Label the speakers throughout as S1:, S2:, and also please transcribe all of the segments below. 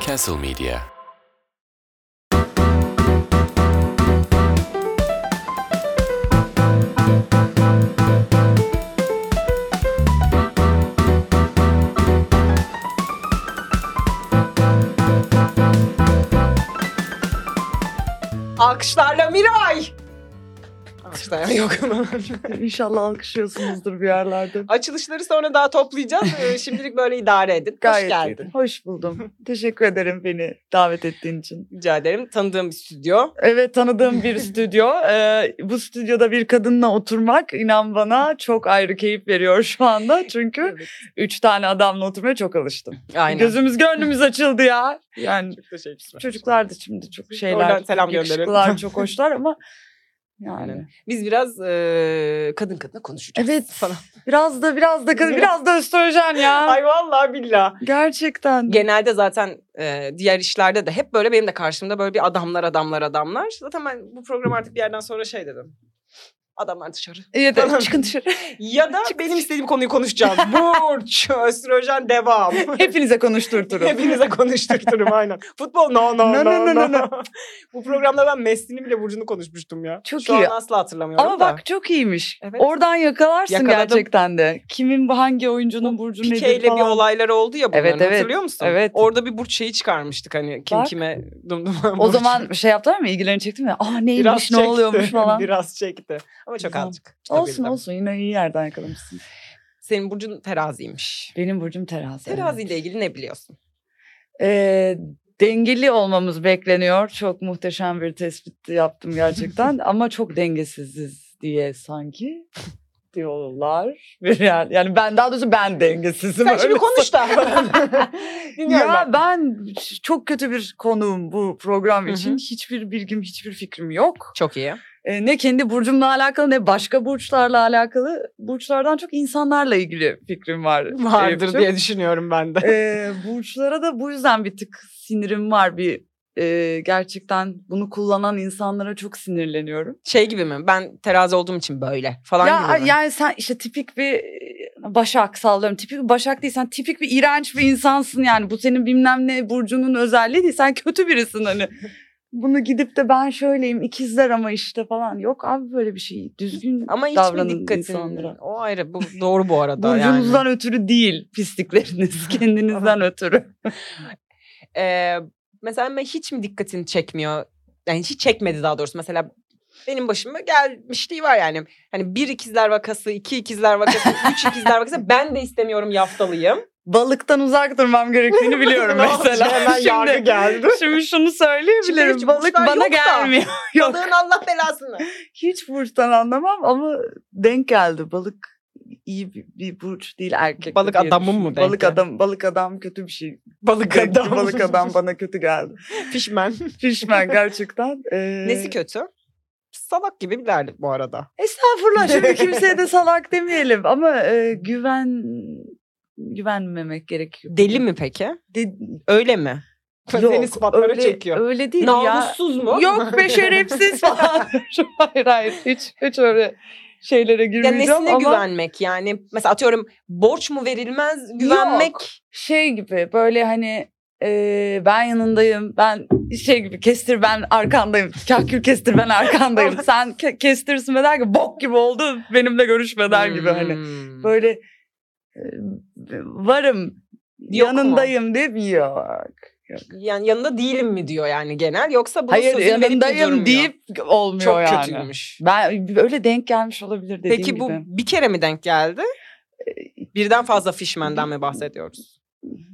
S1: Castle Media.
S2: Alkışlarla Miray. Alkışlar yok.
S3: İnşallah alkışlıyorsunuzdur bir yerlerde.
S2: Açılışları sonra daha toplayacağız. Ee, Şimdilik böyle idare edin. Hoş
S3: Gayet
S2: geldin.
S3: iyi. Hoş buldum. Teşekkür ederim beni davet ettiğin için.
S2: Rica ederim. Tanıdığım bir stüdyo.
S3: Evet tanıdığım bir stüdyo. Ee, bu stüdyoda bir kadınla oturmak inan bana çok ayrı keyif veriyor şu anda. Çünkü
S2: Evet.
S3: üç tane adamla oturmaya çok alıştım.
S2: Aynen.
S3: Gözümüz gönlümüz açıldı ya. Yani
S2: Çok teşekkürler.
S3: çocuklar da şimdi çok şeyler.
S2: Oradan selam
S3: yakışıklılar,
S2: gönderelim.
S3: çok hoşlar ama yani.
S2: Biz biraz e, kadın kadına konuşacağız.
S3: Evet.
S2: Falan.
S3: Biraz da biraz da biraz da östrojen ya.
S2: Ay vallahi billah.
S3: Gerçekten.
S2: Genelde zaten e, diğer işlerde de hep böyle benim de karşımda böyle bir adamlar adamlar adamlar. Zaten ben bu program artık bir yerden sonra şey dedim. Adamlar dışarı.
S3: İyi de çıkın dışarı.
S2: Ya da benim istediğim konuyu konuşacağız. Burç, östrojen devam.
S3: Hepinize konuşturturum.
S2: Hepinize konuşturturum aynen. Futbol no no no
S3: No,
S2: no.
S3: no, no,
S2: Bu programda ben Mesli'ni bile Burcu'nu konuşmuştum ya.
S3: Çok
S2: Şu
S3: iyi.
S2: an asla hatırlamıyorum
S3: Ama
S2: da.
S3: bak çok iyiymiş.
S2: Evet.
S3: Oradan yakalarsın
S2: Yakaladım.
S3: gerçekten de. Kimin bu hangi oyuncunun burcu nedir
S2: Pike'yle
S3: falan.
S2: bir olayları oldu ya bunların
S3: Evet, evet.
S2: hatırlıyor musun?
S3: Evet.
S2: Orada bir Burç şeyi çıkarmıştık hani kim
S3: Bak.
S2: kime dumduma
S3: O
S2: Burç.
S3: zaman şey yaptılar mı? İlgilerini çekti mi? Aa neymiş
S2: Biraz
S3: ne
S2: çekti,
S3: oluyormuş falan.
S2: Biraz çekti. Ama çok
S3: Güzel.
S2: azıcık.
S3: olsun
S2: tutabildim.
S3: olsun yine iyi yerden yakalamışsın.
S2: Senin Burcu'nun teraziymiş.
S3: Benim burcum terazi. evet.
S2: Teraziyle ilgili ne biliyorsun?
S3: Ee, dengeli olmamız bekleniyor. Çok muhteşem bir tespit yaptım gerçekten. Ama çok dengesiziz diye sanki diyorlar. Yani, yani ben daha doğrusu ben dengesizim.
S2: Sen şimdi
S3: öyle
S2: konuş da. Dinliyorum
S3: ya ben çok kötü bir konuğum bu program
S2: Hı hı.
S3: için. Hiçbir bilgim, hiçbir fikrim yok.
S2: Çok iyi.
S3: Ee, ne kendi burcumla alakalı ne başka burçlarla alakalı. Burçlardan çok insanlarla ilgili fikrim var.
S2: Vardır
S3: Eyüp'cüğüm.
S2: diye düşünüyorum ben de.
S3: Ee, burçlara da bu yüzden bir tık sinirim var bir e, gerçekten bunu kullanan insanlara çok sinirleniyorum.
S2: Şey gibi mi? Ben terazi olduğum için böyle falan
S3: ya
S2: gibi mi?
S3: yani sen işte tipik bir e, Başak sallıyorum. Tipik bir Başak değilsen tipik bir iğrenç bir insansın yani. Bu senin bilmem ne burcunun özelliği değil. Sen kötü birisin hani. Bunu gidip de ben şöyleyim ikizler ama işte falan. Yok abi böyle bir şey. Düzgün
S2: Ama hiç mi
S3: davranın
S2: dikkatin?
S3: insanlara.
S2: O ayrı. Bu doğru bu arada
S3: Burcunuzdan
S2: yani.
S3: ötürü değil pislikleriniz kendinizden ötürü.
S2: Ee, mesela ben hiç mi dikkatini çekmiyor? Yani hiç çekmedi daha doğrusu. Mesela benim başıma gelmişliği var yani. Hani bir ikizler vakası, iki ikizler vakası, üç ikizler vakası. Ben de istemiyorum yaftalıyım.
S3: Balıktan uzak durmam gerektiğini biliyorum
S2: Ne oldu?
S3: mesela.
S2: Hemen yargı geldi.
S3: Şimdi şunu
S2: Şimdi hiç
S3: söyleyebilirim. Balık
S2: burçlar
S3: bana
S2: yok da.
S3: gelmiyor. Yok.
S2: Balığın Allah belasını.
S3: Hiç burçtan anlamam ama denk geldi. Balık iyi bir, bir burç değil erkek. de
S2: Balık
S3: diye
S2: adamı mı
S3: düşünüyorum.
S2: denk
S3: Balık
S2: geldi?
S3: adam balık adam kötü bir şey.
S2: Balık
S3: Denk- balık adam bana kötü geldi.
S2: Pişmen.
S3: Pişman gerçekten. Ee,
S2: Nesi kötü? Salak gibi bilerdik bu arada.
S3: Estağfurullah şimdi kimseye de salak demeyelim ama e, güven güvenmemek gerekiyor.
S2: Deli mi peki?
S3: De-
S2: Öyle mi?
S3: yok,
S2: Seni ispatlara
S3: öyle,
S2: çekiyor.
S3: Öyle değil ya.
S2: Namussuz mu?
S3: Yok be şerefsiz falan. hayır hayır hiç, hiç öyle şeylere
S2: Ya
S3: girmeyeceğim
S2: nesine
S3: ama
S2: güvenmek yani? Mesela atıyorum borç mu verilmez güvenmek.
S3: şey gibi böyle hani e, ben yanındayım ben şey gibi kestir ben arkandayım kahkül kestir ben arkandayım sen ke- kestirsin be der gibi bok gibi oldu benimle görüşme der gibi hani
S2: Hmm.
S3: böyle e, varım
S2: Yok mu?
S3: yanındayım deyip yok.
S2: Yani yanında değilim mi diyor yani genel yoksa bunun
S3: Hayır
S2: sözünü verip de durmuyor.
S3: yanındayım deyip olmuyor
S2: çok
S3: yani.
S2: kötüymüş.
S3: Ben öyle denk gelmiş olabilir dediğim
S2: Peki bu
S3: gibi. Ee,
S2: bir kere mi denk geldi? Birden fazla fişmenden mi bahsediyoruz?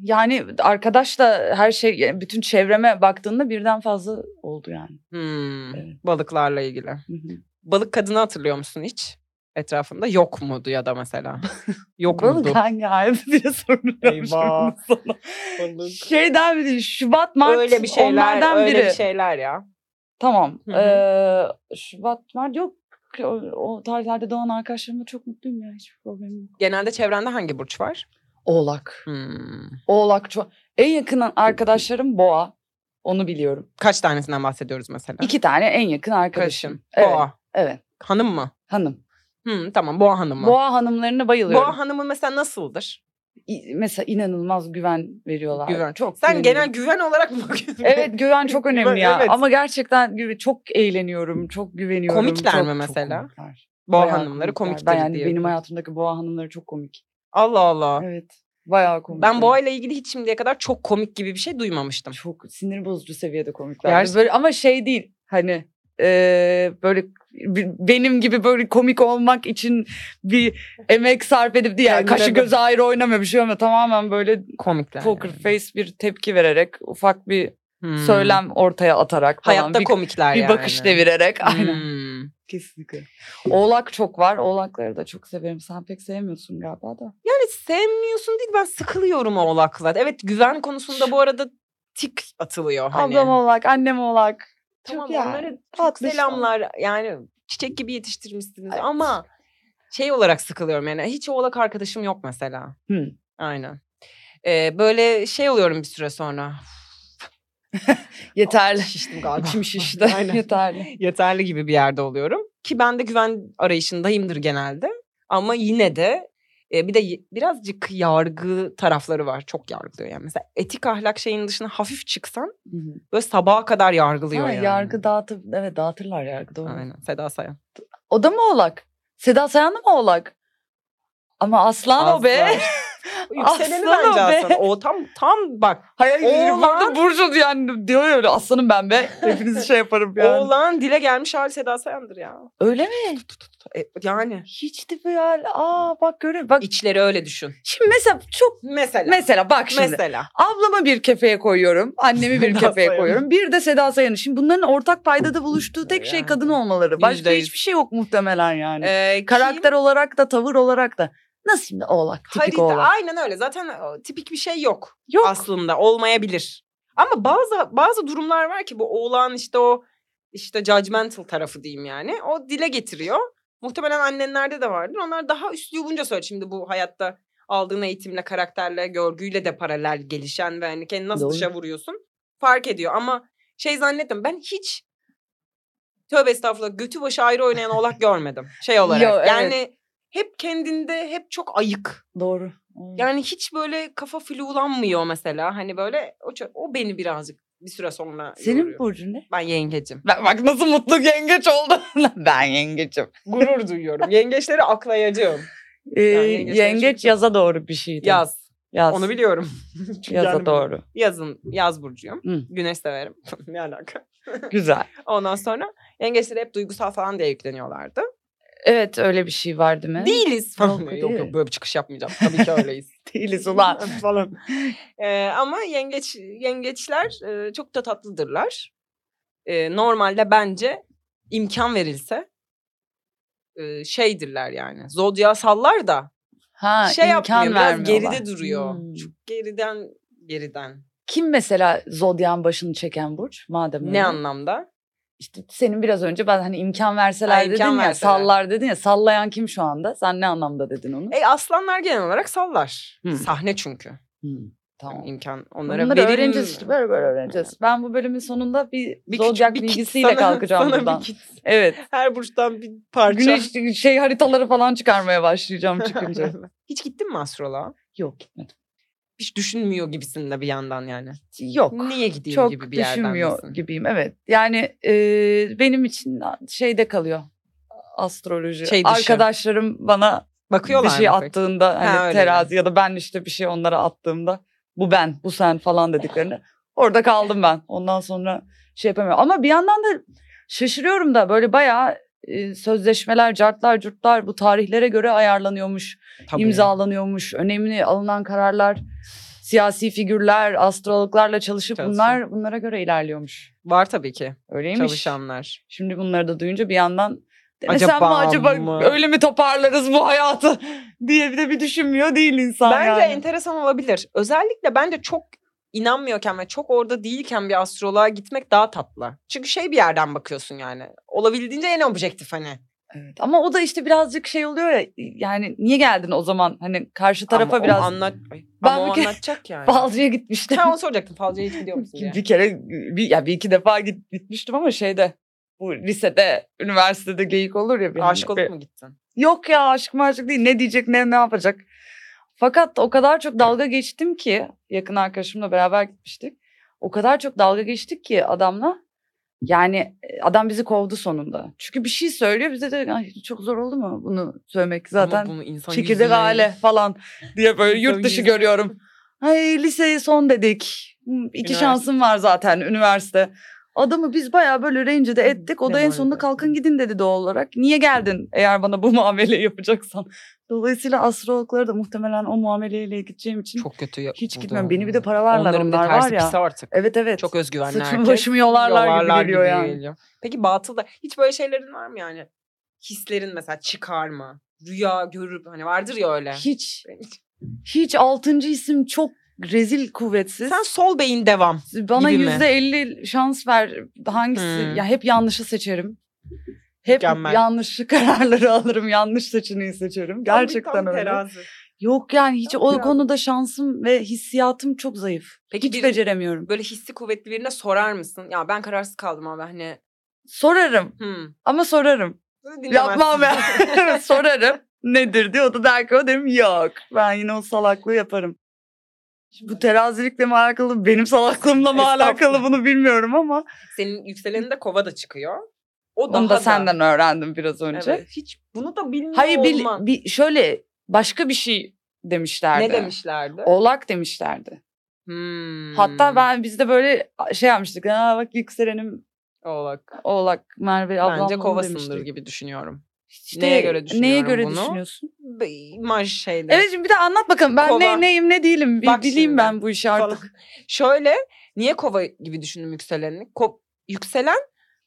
S3: Yani arkadaşla her şey yani bütün çevreme baktığında birden fazla oldu yani.
S2: Hmm,
S3: Evet.
S2: Balıklarla ilgili.
S3: Hı hı.
S2: Balık kadını hatırlıyor musun hiç? Etrafında yok mudu ya da mesela? Yok
S3: Balık
S2: mudu?
S3: hangi ay diye soruluyorum
S2: Eyvah.
S3: şimdi sana. Şey Şeyden biri Şubat Mart
S2: öyle bir şeyler,
S3: onlardan
S2: öyle
S3: biri.
S2: bir şey. şeyler ya.
S3: Tamam.
S2: Hı hı.
S3: Ee, Şubat Mart yok. O, o tarihlerde doğan arkadaşlarımla çok mutluyum ya. Hiçbir problemim yok.
S2: Genelde çevrende hangi burç var?
S3: Oğlak.
S2: Hmm.
S3: Oğlak çok. En yakın arkadaşlarım Boğa. Onu biliyorum.
S2: Kaç tanesinden bahsediyoruz mesela?
S3: İki tane en yakın arkadaşım.
S2: Karışım.
S3: Evet,
S2: Boğa.
S3: Evet.
S2: Hanım mı?
S3: Hanım.
S2: Hı, tamam Boğa Hanım'ı. Boğa,
S3: Boğa hanımlarına bayılıyorum.
S2: Hanım'ı mesela nasıldır?
S3: i- mesela inanılmaz güven veriyorlar.
S2: Güven.
S3: Çok
S2: Sen genel
S3: güveniyorum.
S2: güven olarak mı bakıyorsun?
S3: Evet güven çok önemli ya.
S2: Evet.
S3: Ama gerçekten güve- çok eğleniyorum, çok güveniyorum.
S2: Komikler
S3: çok-
S2: mi
S3: çok
S2: mesela?
S3: komikler.
S2: Boğa
S3: Bayağı
S2: hanımları komik
S3: komikler. Ben yani
S2: diye.
S3: benim hayatımdaki boğa hanımları çok komik.
S2: Allah Allah.
S3: Evet. Bayağı komik.
S2: Ben boğa ile ilgili hiç şimdiye kadar çok komik gibi bir şey duymamıştım.
S3: çok sinir bozucu seviyede komikler.
S2: Gerçekten.
S3: Böyle ama şey değil hani eee, böyle b- benim gibi böyle komik olmak için bir emek sarf edip diye yani
S2: Kendine
S3: kaşı
S2: bak.
S3: göz ayrı oynamıyor bir şey ama tamamen böyle
S2: Komikler.
S3: poker
S2: yani.
S3: face bir tepki vererek ufak bir
S2: Hmm.
S3: söylem ortaya atarak falan
S2: Hayatta
S3: bir,
S2: komikler
S3: bir
S2: yani.
S3: bakış devirerek aynen
S2: Hmm.
S3: kesinlikle. Oğlak çok var. Oğlakları da çok severim. Sen pek sevmiyorsun galiba da.
S2: Yani sevmiyorsun değil ben sıkılıyorum oğlakla. Evet güven konusunda bu arada tik atılıyor. Hani.
S3: Ablam oğlak, annem oğlak.
S2: Tamam
S3: ya,
S2: onlara çok şey
S3: tatlış
S2: selamlar. Yani çiçek gibi yetiştirmişsiniz
S3: Evet.
S2: ama şey olarak sıkılıyorum yani. Hiç oğlak arkadaşım yok mesela.
S3: Hı.
S2: Aynen. Ee, böyle şey oluyorum bir süre sonra.
S3: Yeterli.
S2: Şiştim galiba.
S3: İçim şişti.
S2: Aynen.
S3: Yeterli.
S2: yeterli gibi bir yerde oluyorum. Ki ben de güven arayışındayımdır genelde. Ama yine de e, bir de y- birazcık yargı tarafları var. Çok yargılıyor yani. Mesela etik ahlak şeyin dışına hafif çıksan
S3: Hı hı.
S2: böyle sabaha kadar yargılıyor
S3: Ha,
S2: yani.
S3: Yargı dağıtır, evet dağıtırlar yargı doğru.
S2: Aynen Seda Sayan.
S3: O da mı oğlak? Seda Sayan da mı oğlak? Ama aslan o be.
S2: Yükseleni
S3: Aslan o
S2: bence
S3: be.
S2: aslan. O tam tam bak.
S3: Hayır
S2: Oğlan-
S3: burada Burcu yani diyor ya öyle aslanım ben be. Hepinizi şey yaparım yani.
S2: Oğlan dile gelmiş hali Seda Sayan'dır ya.
S3: Öyle mi?
S2: E, yani.
S3: Hiç tipi ya. Aa bak görüyor. Bak
S2: içleri öyle düşün.
S3: şimdi mesela çok
S2: Mesela.
S3: mesela bak şimdi.
S2: Mesela.
S3: Ablama bir kefeye koyuyorum. Annemi bir
S2: Seda
S3: kefeye
S2: Sayan.
S3: koyuyorum. Bir de Seda Sayan'ı. Şimdi bunların ortak paydada buluştuğu tek şey
S2: Yani.
S3: kadın olmaları. Başka
S2: Yüzde yüz.
S3: hiçbir şey yok muhtemelen yani.
S2: Ee, ki-
S3: Karakter olarak da tavır olarak da. Nasıl şimdi oğlak? Tipik
S2: Harita
S3: oğlak.
S2: aynen öyle. Zaten o, tipik bir şey yok.
S3: Yok.
S2: aslında olmayabilir. Ama bazı bazı durumlar var ki bu oğlan işte o işte judgmental tarafı diyeyim yani. O dile getiriyor. Muhtemelen annenlerde de vardır. Onlar daha üslubunca söylüyor. Şimdi bu hayatta aldığın eğitimle, karakterle, görgüyle de paralel gelişen ve hani kendini nasıl
S3: Doğru.
S2: dışa vuruyorsun fark ediyor. Ama şey zannettim ben hiç tövbe estağfurullah götü başı ayrı oynayan oğlak görmedim şey olarak.
S3: Yo, evet.
S2: Yani hep kendinde hep çok ayık.
S3: Doğru.
S2: Yani hiç böyle kafa flulanmıyor mesela. Hani böyle o, ço- o beni birazcık bir süre sonra
S3: Senin
S2: yoruyor.
S3: burcun ne?
S2: Ben yengecim.
S3: Ben, bak nasıl mutlu yengeç oldu. ben yengeçim.
S2: Gurur duyuyorum. Yengeçleri aklayacağım.
S3: Ee,
S2: Yani yengeçler
S3: yengeç
S2: çünkü-
S3: yaza doğru bir şeydi.
S2: Yaz.
S3: Yaz.
S2: Onu biliyorum. Çünkü
S3: Yaza
S2: yani
S3: doğru.
S2: Yazın. Yaz burcuyum.
S3: Hı.
S2: Güneş severim. ne alaka?
S3: Güzel.
S2: Ondan sonra yengeçleri hep duygusal falan diye yükleniyorlardı.
S3: Evet öyle bir şey var değil mi?
S2: Değiliz falan.
S3: Yok,
S2: yok
S3: değil.
S2: yok böyle bir çıkış yapmayacağım. Tabii ki öyleyiz.
S3: Değiliz ulan.
S2: falan. Ee, ama yengeç yengeçler e, çok da tatlıdırlar. Ee, normalde bence imkan verilse e, şeydirler yani. Zodyasallar da
S3: Ha,
S2: şey
S3: imkan
S2: yapmıyor. Biraz
S3: vermiyorlar.
S2: geride duruyor.
S3: Hmm.
S2: Çok geriden geriden.
S3: Kim mesela zodyan başını çeken burç madem öyle?
S2: Ne anlamda?
S3: İşte senin biraz önce ben hani imkan verseler
S2: Ha,
S3: dedin
S2: imkan
S3: ya
S2: verseler.
S3: sallar dedin ya sallayan kim şu anda? Sen ne anlamda dedin onu?
S2: E, aslanlar genel olarak sallar.
S3: Hmm.
S2: Sahne çünkü.
S3: Hmm, tamam.
S2: imkan onlara
S3: Bunları
S2: verilmiyor.
S3: öğreneceğiz işte böyle böyle öğreneceğiz. Ben bu bölümün sonunda bir,
S2: Bir küçük-
S3: zodyak
S2: bir kit
S3: bilgisiyle
S2: sana-
S3: kalkacağım
S2: sana bir
S3: buradan.
S2: kit.
S3: Evet.
S2: Her burçtan bir parça.
S3: Güneş şey haritaları falan çıkarmaya başlayacağım çıkınca.
S2: Hiç gittin mi astroloğa?
S3: Yok gitmedim.
S2: hiç düşünmüyor gibisin de bir yandan yani.
S3: Yok.
S2: Niye gideyim
S3: Çok
S2: gibi bir yerden
S3: düşünmüyor
S2: misin?
S3: gibiyim evet. Yani e, benim için şeyde kalıyor astroloji.
S2: Şey dışı.
S3: Arkadaşlarım bana
S2: Bakıyorlar
S3: bir şey
S2: mı peki?
S3: attığında hani
S2: öyle
S3: terazi ya da ben işte bir şey onlara attığımda bu ben bu sen falan dediklerini orada kaldım ben. Ondan sonra şey yapamıyorum. Ama bir yandan da şaşırıyorum da böyle bayağı e, sözleşmeler, cartlar, curtlar bu tarihlere göre ayarlanıyormuş
S2: Tabii.
S3: imzalanıyormuş. Önemli alınan kararlar, siyasi figürler, astrologlarla çalışıp
S2: Çalışıyor.
S3: bunlar bunlara göre ilerliyormuş.
S2: Var tabii ki
S3: Öyleymiş.
S2: çalışanlar.
S3: Şimdi bunları da duyunca bir yandan
S2: Acaba
S3: acaba mi acaba
S2: mı?
S3: öyle mi toparlarız bu hayatı diye bir de bir düşünmüyor değil insan
S2: Bence
S3: yani.
S2: enteresan olabilir. Özellikle bence çok inanmıyorken ve çok orada değilken bir astroloğa gitmek daha tatlı. Çünkü şey bir yerden bakıyorsun yani. Olabildiğince en objektif hani.
S3: Evet. Ama o da işte birazcık şey oluyor ya yani niye geldin o zaman hani karşı tarafa
S2: Ama o
S3: biraz
S2: Anlat... Ay,
S3: Ben
S2: ama
S3: bir
S2: o
S3: kere-
S2: anlatacak yani.
S3: balcıya gitmiştim.
S2: Sen onu soracaktın. Falcıya hiç gidiyor musun diye.
S3: bir kere bir, ya bir iki defa git, gitmiştim ama şeyde bu lisede üniversitede geyik olur ya. bir hani
S2: Aşık
S3: bir-
S2: olup mu gittin?
S3: Yok ya aşk maşık değil. Ne diyecek ne ne yapacak. Fakat o kadar çok dalga geçtim ki yakın arkadaşımla beraber gitmiştik. O kadar çok dalga geçtik ki adamla. Yani e, adam bizi kovdu sonunda. Çünkü bir şey söylüyor bize de "Ay, çok zor oldu mu bunu söylemek zaten.
S2: bunu insan
S3: Çekirdek
S2: yüzüne-
S3: aile falan diye böyle
S2: İnsan
S3: yurt dışı
S2: yüzüne-
S3: görüyorum. Ay liseyi son dedik. Hı, İki
S2: Üniversite.
S3: şansım var zaten üniversite. Adamı biz bayağı böyle rencide ettik. O
S2: Ne
S3: da en
S2: var
S3: sonunda
S2: be?
S3: kalkın gidin dedi doğal olarak. Niye geldin eğer bana bu muameleyi yapacaksan? Dolayısıyla astrologlara da muhtemelen o muameleyle gideceğim için
S2: Çok kötü. ya-
S3: hiç
S2: burada
S3: gitmem. Beni bir de
S2: olmadı.
S3: paralarlar
S2: Onların da
S3: onlar var
S2: tersi
S3: ya.
S2: pis artık.
S3: Evet evet.
S2: Çok özgüvenli
S3: Saçımı
S2: herkes.
S3: başımı yolarlar, gibi geliyor yani.
S2: geliyor. Peki batılda hiç böyle şeylerin var mı yani? Hislerin mesela çıkar mı? Rüya görüp hani vardır ya öyle.
S3: Hiç. Hiç altıncı isim çok rezil kuvvetsiz.
S2: Sen sol beyin devam.
S3: Bana
S2: Gibi mi?
S3: yüzde elli şans ver hangisi?
S2: Hmm.
S3: Ya hep yanlışı seçerim. Hep
S2: Mükemmel.
S3: yanlış kararları alırım. Yanlış seçeneği seçerim. Gerçekten öyle. Yok yani hiç
S2: Tam
S3: o
S2: terazi.
S3: konuda şansım ve hissiyatım çok zayıf.
S2: Peki
S3: hiç
S2: biri-
S3: beceremiyorum.
S2: Böyle hissi kuvvetli birine sorar mısın? Ya ben kararsız kaldım abi hani.
S3: Sorarım
S2: Hmm.
S3: ama sorarım.
S2: Bunu
S3: Yapmam ben.
S2: dinlemezsin.
S3: sorarım. Nedir diye o da der ki o derim yok. Ben yine o salaklığı yaparım. Bu terazilikle mi alakalı benim salaklığımla mı alakalı
S2: Estağfurullah.
S3: bunu bilmiyorum ama
S2: Senin yükselenin de kova da çıkıyor. O daha
S3: onu da senden öğrendim biraz önce.
S2: Evet. Hiç bunu da bilmiyor
S3: Hayır bil-
S2: olman.
S3: bi- şöyle başka bir şey demişlerdi.
S2: Ne demişlerdi?
S3: Oğlak demişlerdi.
S2: Hmm.
S3: Hatta ben biz de böyle şey yapmıştık. Aa bak yükselenim
S2: Oğlak.
S3: Oğlak Merve ablam
S2: Bence
S3: bunu
S2: kovasındır
S3: demiştik.
S2: gibi düşünüyorum.
S3: İşte
S2: Neye göre
S3: Neye
S2: düşünüyorum
S3: göre
S2: bunu?
S3: düşünüyorsun?
S2: Be- imaj şeyde.
S3: Evet şimdi bir de anlat bakalım. Ben
S2: Kova.
S3: ne neyim ne değilim. Bir
S2: Bak
S3: bileyim
S2: şimdi.
S3: ben bu işi
S2: falan.
S3: artık.
S2: Şöyle niye kova gibi düşündüm yükselenini? Ko- yükselen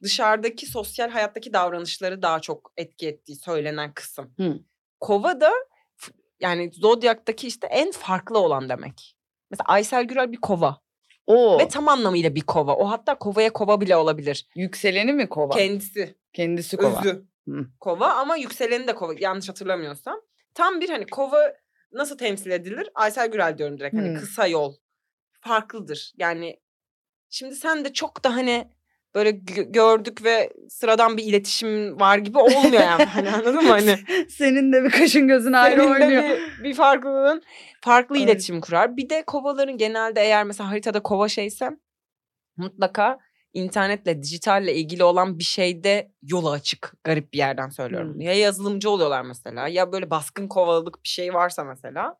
S2: dışarıdaki sosyal hayattaki davranışları daha çok etki ettiği söylenen kısım.
S3: Hı.
S2: Kova da f- yani zodyaktaki işte en farklı olan demek. Mesela Aysel Gürel bir kova
S3: O
S2: ve tam anlamıyla bir kova. O hatta kovaya kova bile olabilir.
S3: yükseleni mi kova?
S2: Kendisi,
S3: Kendisi kova.
S2: özü
S3: Hı.
S2: kova ama yükseleni de kova yanlış hatırlamıyorsam. Tam bir hani kova nasıl temsil edilir? Aysel Gürel diyorum direkt hani
S3: Hı.
S2: kısa yol. Farklıdır. Yani şimdi sen de çok da hani böyle gö- gördük ve sıradan bir iletişim var gibi olmuyor yani. hani anladın mı? Hani
S3: Senin de bir kaşın gözün ayrı
S2: Senin de
S3: oynuyor.
S2: bir, bir farklılığın farklı
S3: Evet.
S2: iletişim kurar. Bir de kovaların genelde eğer mesela haritada kova şeyse mutlaka internetle, dijitalle ilgili olan bir şeyde yolu açık. Garip bir yerden söylüyorum.
S3: Hmm.
S2: bunu. Ya yazılımcı oluyorlar mesela ya böyle baskın kovalılık bir şey varsa mesela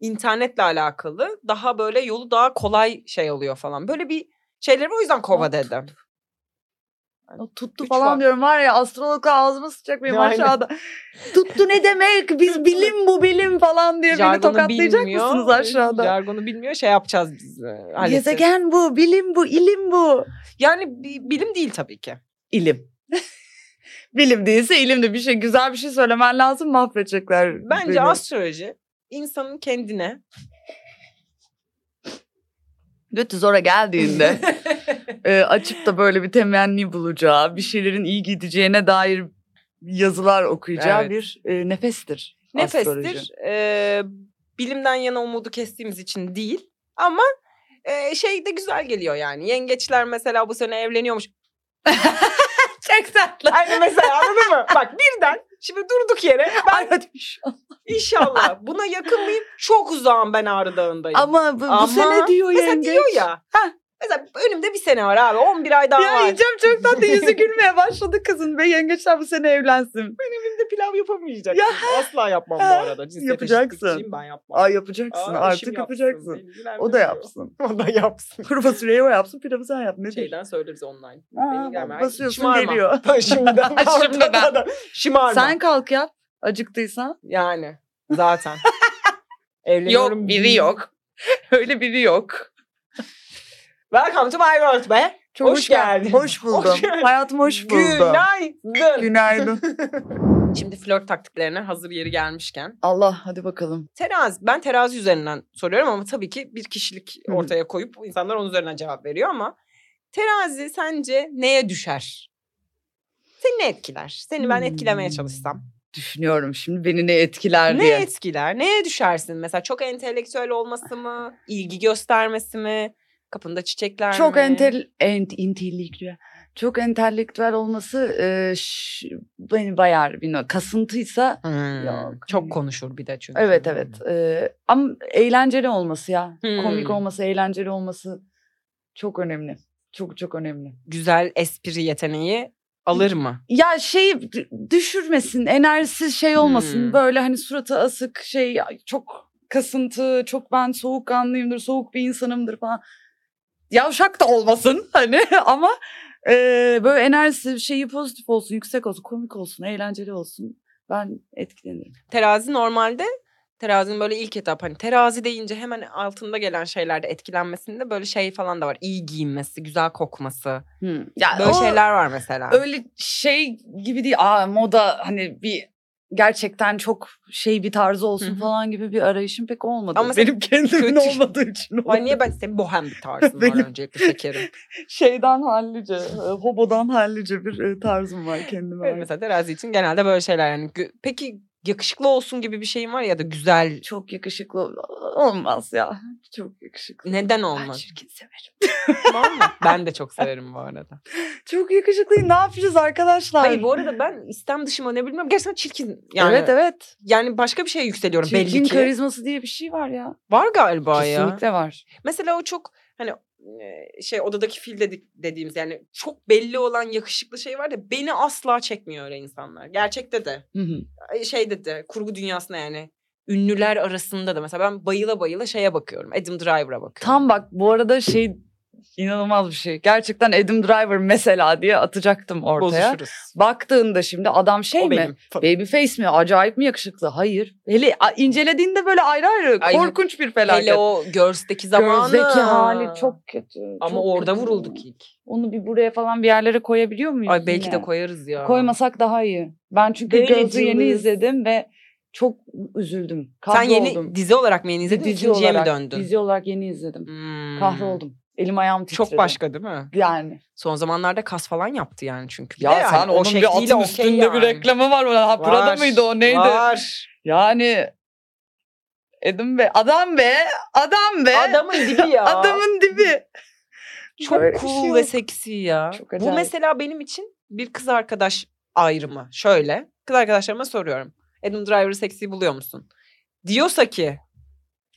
S2: internetle alakalı daha böyle yolu daha kolay şey oluyor falan. Böyle bir şeyleri o yüzden kova
S3: Not.
S2: dedim.
S3: O tuttu
S2: Üç
S3: falan
S2: var.
S3: diyorum var ya astrologla ağzıma sıcak benim
S2: Aynen.
S3: aşağıda. tuttu ne demek biz bilim bu bilim falan diye beni
S2: Jargonu
S3: tokatlayacak
S2: bilmiyor,
S3: mısınız aşağıda?
S2: Jargonu bilmiyor şey yapacağız biz. e, halledeceğiz.
S3: Gezegen bu, bilim bu, ilim bu.
S2: Yani bi- bilim değil tabii ki.
S3: İlim. bilim değilse ilim de bir şey güzel bir şey söylemen lazım mahvedecekler.
S2: Bence
S3: beni.
S2: astroloji insanın kendine
S3: Götü zora geldiğinde e, açıp da böyle bir temenni bulacağı, bir şeylerin iyi gideceğine dair yazılar okuyacağı
S2: Evet.
S3: bir e, nefestir. astroloji.
S2: nefestir. Ee, bilimden yana umudu kestiğimiz için değil ama e, şey de güzel geliyor yani. Yengeçler mesela bu sene evleniyormuş.
S3: Çok tatlı.
S2: Yani mesela anladın mı? Bak birden şimdi durduk yere
S3: Ay, hadi bir şey
S2: inşallah buna yakın mıyım? Çok uzağım ben Ağrı Dağı'ndayım.
S3: Ama bu, bu
S2: Ee, Ama
S3: sene diyor
S2: mesela
S3: yengeç.
S2: diyor ya.
S3: Heh.
S2: Mesela önümde bir sene var abi. 11 ay daha
S3: Ya
S2: var.
S3: yiyeceğim çok tatlı yüzü gülmeye başladı kızın ve yengeçler bu sene evlensin.
S2: Evimde pilav yapamayacak.
S3: Ya.
S2: Asla yapmam
S3: bu
S2: arada.
S3: Cinsiyet Yapacaksın. eşitlikçiyim,
S2: Ben yapmam.
S3: Aa yapacaksın artık yapacaksın. O da yapsın.
S2: O da yapsın.
S3: Kuru fasulyeyi o yapsın pilavı sen yap. Ne diyeyim?
S2: Şey Şeyden söyleriz online.
S3: Aa,
S2: benim gelme. Ay,
S3: basıyorsun
S2: şımarma.
S3: geliyor.
S2: Şimdiden.
S3: Şimdiden.
S2: da Şımarma.
S3: Sen kalk yap acıktıysan.
S2: Yani zaten. Evleniyorum. bil-
S3: yok. Öyle biri yok.
S2: Welcome to my world be.
S3: Çok
S2: Hoş geldin.
S3: Hoş buldum.
S2: Hoş geldin.
S3: Hayatım hoş buldum.
S2: Günaydın.
S3: Günaydın.
S2: Şimdi flört taktiklerine hazır yeri gelmişken.
S3: Allah hadi bakalım.
S2: Terazi, ben terazi üzerinden soruyorum ama tabii ki bir kişilik
S3: Hı hı.
S2: ortaya koyup insanlar onun üzerinden cevap veriyor ama terazi sence neye düşer? Seni ne etkiler? Seni ben etkilemeye
S3: Hmm.
S2: çalışsam.
S3: Düşünüyorum şimdi beni ne etkiler
S2: Ne
S3: diye.
S2: etkiler? Neye düşersin? Mesela çok entelektüel olması mı? İlgi göstermesi mi? Kapında çiçekler
S3: Çok
S2: mi?
S3: entel, ent, entelektüel. çok entelektüel olması e, ş- beni bayar. Bilmiyorum. Kasıntıysa
S2: Hmm,
S3: Yok.
S2: Çok konuşur bir de çünkü.
S3: evet evet. E, ama eğlenceli olması ya.
S2: Hmm.
S3: Komik olması, eğlenceli olması çok önemli. Çok çok önemli.
S2: Güzel espri yeteneği alır mı?
S3: Ya şey d- düşürmesin, enerjisiz şey olmasın.
S2: Hmm.
S3: Böyle hani suratı asık şey ya, çok kasıntı, çok ben soğukkanlıyımdır, soğuk bir insanımdır falan. Yavşak da olmasın hani ama e, böyle enerjisi şeyi pozitif olsun, yüksek olsun, komik olsun, eğlenceli olsun. Ben etkilenirim.
S2: Terazi normalde terazinin böyle ilk etap hani terazi deyince hemen altında gelen şeylerde etkilenmesinde böyle şey falan da var. İyi giyinmesi, güzel kokması.
S3: Ya
S2: Hmm. Böyle
S3: o
S2: şeyler var mesela.
S3: Öyle şey gibi değil. Aa moda hani bir gerçekten çok şey bir tarzı olsun
S2: Hı hı.
S3: falan gibi bir arayışım pek olmadı.
S2: Ama
S3: Ama
S2: sen
S3: benim kendimin
S2: kötü-
S3: olmadığı için.
S2: Ay
S3: oldu.
S2: niye ben senin bohem bir tarzın var
S3: Benim-
S2: öncelikle şekerim.
S3: şeyden hallice, e, hobodan hallice bir e, tarzım var kendime.
S2: Böyle
S3: ait.
S2: mesela terazi için genelde böyle şeyler yani. Gü- Peki yakışıklı olsun gibi bir şeyin var ya da güzel
S3: Çok yakışıklı ol- olmaz ya. Çok yakışıklı.
S2: neden
S3: Ben
S2: olmaz?
S3: çirkin severim.
S2: Tamam mı? Ben de çok severim bu arada.
S3: Çok yakışıklıyım. Ne yapacağız arkadaşlar?
S2: Hayır bu arada ben istem dışıma ne bilmiyorum. Gerçekten çirkin. Yani,
S3: evet evet.
S2: yani başka bir şeye yükseliyorum belli
S3: Çirkin
S2: ki.
S3: karizması diye bir şey var ya.
S2: Var galiba ya.
S3: Kesinlikle var.
S2: Mesela o çok hani e, şey odadaki fil dedik, dediğimiz yani çok belli olan yakışıklı şey var da beni asla çekmiyor öyle insanlar. Gerçekte de
S3: Hı hı.
S2: Ay, şey dedi kurgu dünyasına yani ünlüler arasında da mesela ben bayıla bayıla şeye bakıyorum. Adam Driver'a bakıyorum.
S3: Tam bak bu arada şey inanılmaz bir şey. Gerçekten Adam Driver mesela diye atacaktım ortaya.
S2: bozuşuruz.
S3: Baktığında şimdi adam şey
S2: o
S3: mi?
S2: benim.
S3: Babyface mi? Acayip mi yakışıklı? Hayır. Hele a- incelediğinde böyle ayrı ayrı
S2: Ay,
S3: korkunç bir felaket.
S2: Hele o Girls'teki zamanı.
S3: Gözdeki hali çok kötü.
S2: Ama
S3: çok
S2: orada
S3: kötü.
S2: vurulduk ilk.
S3: Onu bir buraya falan bir yerlere koyabiliyor muyuz?
S2: Ay belki
S3: yine?
S2: de koyarız ya.
S3: Koymasak daha iyi. Ben çünkü
S2: Böyle
S3: Göz'ü yeni
S2: diyoruz.
S3: izledim ve çok üzüldüm.
S2: Sen
S3: Kahroldum.
S2: yeni dizi olarak mı yeni izledin? ikinciye mi
S3: olarak,
S2: döndün?
S3: Dizi olarak yeni izledim.
S2: Hmm.
S3: Kahroldum. Elim ayağım titredi.
S2: Çok başka değil mi?
S3: Yani.
S2: Son zamanlarda kas falan yaptı yani çünkü. Bir
S3: Ya
S2: de yani
S3: sen onun bir
S2: şekliyle
S3: atın
S2: okey
S3: üstünde
S2: yani.
S3: bir reklamı var. Ha, Prada
S2: Var,
S3: mıydı o neydi?
S2: Var.
S3: Yani Adam be, adam be, adam be.
S2: Adamın dibi ya.
S3: Adamın dibi.
S2: Çok
S3: Böyle bir
S2: cool
S3: şey
S2: ve
S3: yok.
S2: seksi ya.
S3: Çok
S2: Bu
S3: acayip.
S2: mesela benim için bir kız arkadaş ayrımı. Şöyle kız arkadaşlarıma soruyorum. Adam Driver'ı seksi buluyor musun? Diyorsa ki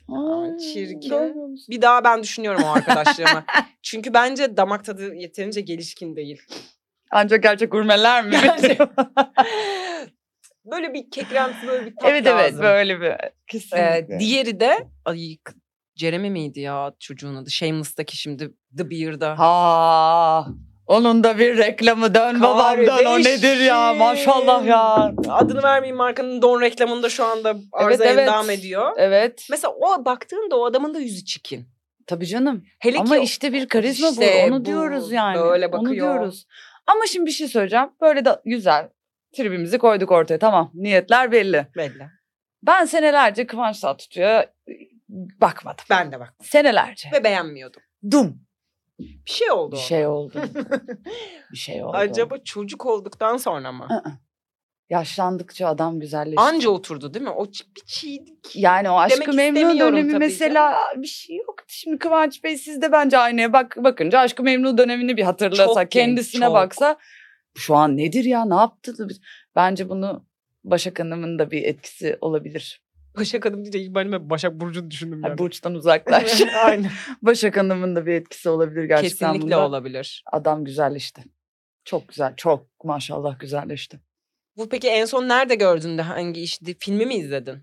S3: Aa,
S2: çirkin.
S3: görmüyor musun?
S2: bir daha ben düşünüyorum o arkadaşlarıma. Çünkü bence damak tadı yeterince gelişkin değil.
S3: Ancak gerçek gurmeler mi?
S2: Gerçek- böyle bir kekremsi böyle bir tat
S3: evet evet
S2: lazım.
S3: böyle bir.
S2: Ee,
S3: Kesinlikle.
S2: diğeri de ay k- Jeremy miydi ya çocuğun adı? Shameless'taki şimdi The Beard'da.
S3: ha. Onun da bir reklamı dön babamdan o nedir ya
S2: Kardeşim.
S3: maşallah ya.
S2: Adını vermeyeyim markanın don reklamında şu anda arıza
S3: evet.
S2: devam ediyor.
S3: Evet.
S2: Mesela o baktığında o adamın da yüzü çirkin.
S3: Tabii canım.
S2: Hele
S3: Ama
S2: ki o-
S3: işte bir karizma
S2: işte
S3: bu. Onu
S2: bu,
S3: diyoruz yani.
S2: böyle
S3: Onu
S2: bakıyor.
S3: diyoruz. Ama şimdi bir şey söyleyeceğim. Böyle de güzel. Tribimizi koyduk ortaya. Tamam. Niyetler belli.
S2: belli.
S3: Ben senelerce Kıvanç Tatlıtuğ'a bakmadım.
S2: Ben de bak
S3: Senelerce.
S2: ve beğenmiyordum.
S3: Dum.
S2: Bir şey oldu.
S3: Bir
S2: ona.
S3: şey oldu. bir şey oldu.
S2: Acaba çocuk olduktan sonra mı?
S3: Aa. Yaşlandıkça adam güzelleşti.
S2: Anca oturdu değil mi? O ç- bir çiğdik.
S3: yani o aşkı
S2: Demek
S3: memnu
S2: istemiyorum
S3: dönemi
S2: tabii
S3: mesela bir şey yoktu. Şimdi Kıvanç Bey siz de bence aynaya bak bakınca aşkı memnu dönemini bir hatırlasa
S2: Çok genç,
S3: kendisine
S2: çok.
S3: baksa şu an nedir ya ne yaptı? da biz- Bence bunu Başak Hanım'ın da bir etkisi olabilir.
S2: Başak Hanım deyince ilk ben Başak Burcu'nu düşündüm.
S3: Yani
S2: Yani.
S3: Burç'tan uzaklaş.
S2: Aynen.
S3: Başak Hanım'ın da bir etkisi olabilir gerçekten
S2: Kesinlikle
S3: bunda.
S2: olabilir.
S3: Adam güzelleşti. Çok güzel, çok maşallah güzelleşti.
S2: Bu peki en son nerede gördün de hangi işti? Filmi mi izledin?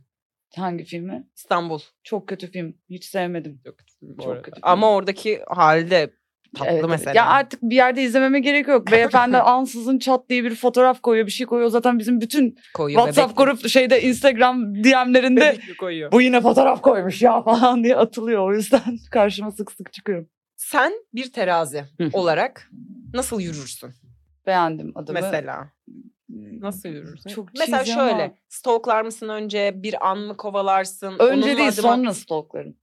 S3: Hangi filmi?
S2: İstanbul.
S3: Çok kötü film. Hiç sevmedim.
S2: Yok, bu
S3: Çok
S2: arada.
S3: kötü film.
S2: Ama oradaki halde tatlı
S3: Evet, evet.
S2: mesela.
S3: Ya artık bir yerde izlememe gerek yok. Beyefendi ansızın çat diye bir fotoğraf koyuyor, bir şey koyuyor. Zaten bizim bütün
S2: koyuyor
S3: WhatsApp
S2: bebekli-
S3: grup şeyde Instagram DM'lerinde
S2: bebekli koyuyor.
S3: bu yine fotoğraf koymuş ya falan diye atılıyor. O yüzden karşıma sık sık çıkıyor.
S2: Sen bir terazi
S3: Hı.
S2: olarak nasıl yürürsün
S3: Beğendim adımı. Hmm.
S2: mesela? Nasıl yürürsün?
S3: Çok
S2: mesela
S3: cheesy ama.
S2: şöyle stalklar mısın önce bir an mı kovalarsın?
S3: Önce
S2: Onunla
S3: değil
S2: adıma-
S3: sonra stalklarım.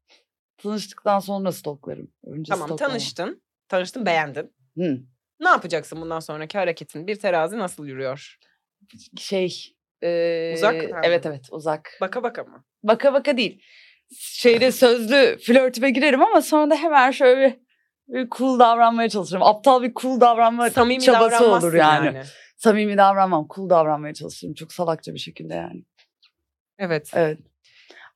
S3: Tanıştıktan sonra stalklarım. Önce
S2: Tamam
S3: stalklamam.
S2: tanıştın. Tanıştın beğendin.
S3: Hı.
S2: Ne yapacaksın bundan sonraki hareketin? Bir terazi nasıl yürüyor?
S3: Şey. e,
S2: Uzak mı?
S3: Evet evet uzak.
S2: Baka baka mı?
S3: Baka baka değil. Şeyde sözlü flörtüme girerim ama sonra da hemen şöyle bir e, cool davranmaya çalışırım. Aptal bir cool davranma
S2: Samimi
S3: çabası
S2: davranmazsın
S3: olur yani. Samimi davranmam, cool davranmaya çalışırım. Çok salakça bir şekilde yani.
S2: Evet.
S3: Evet.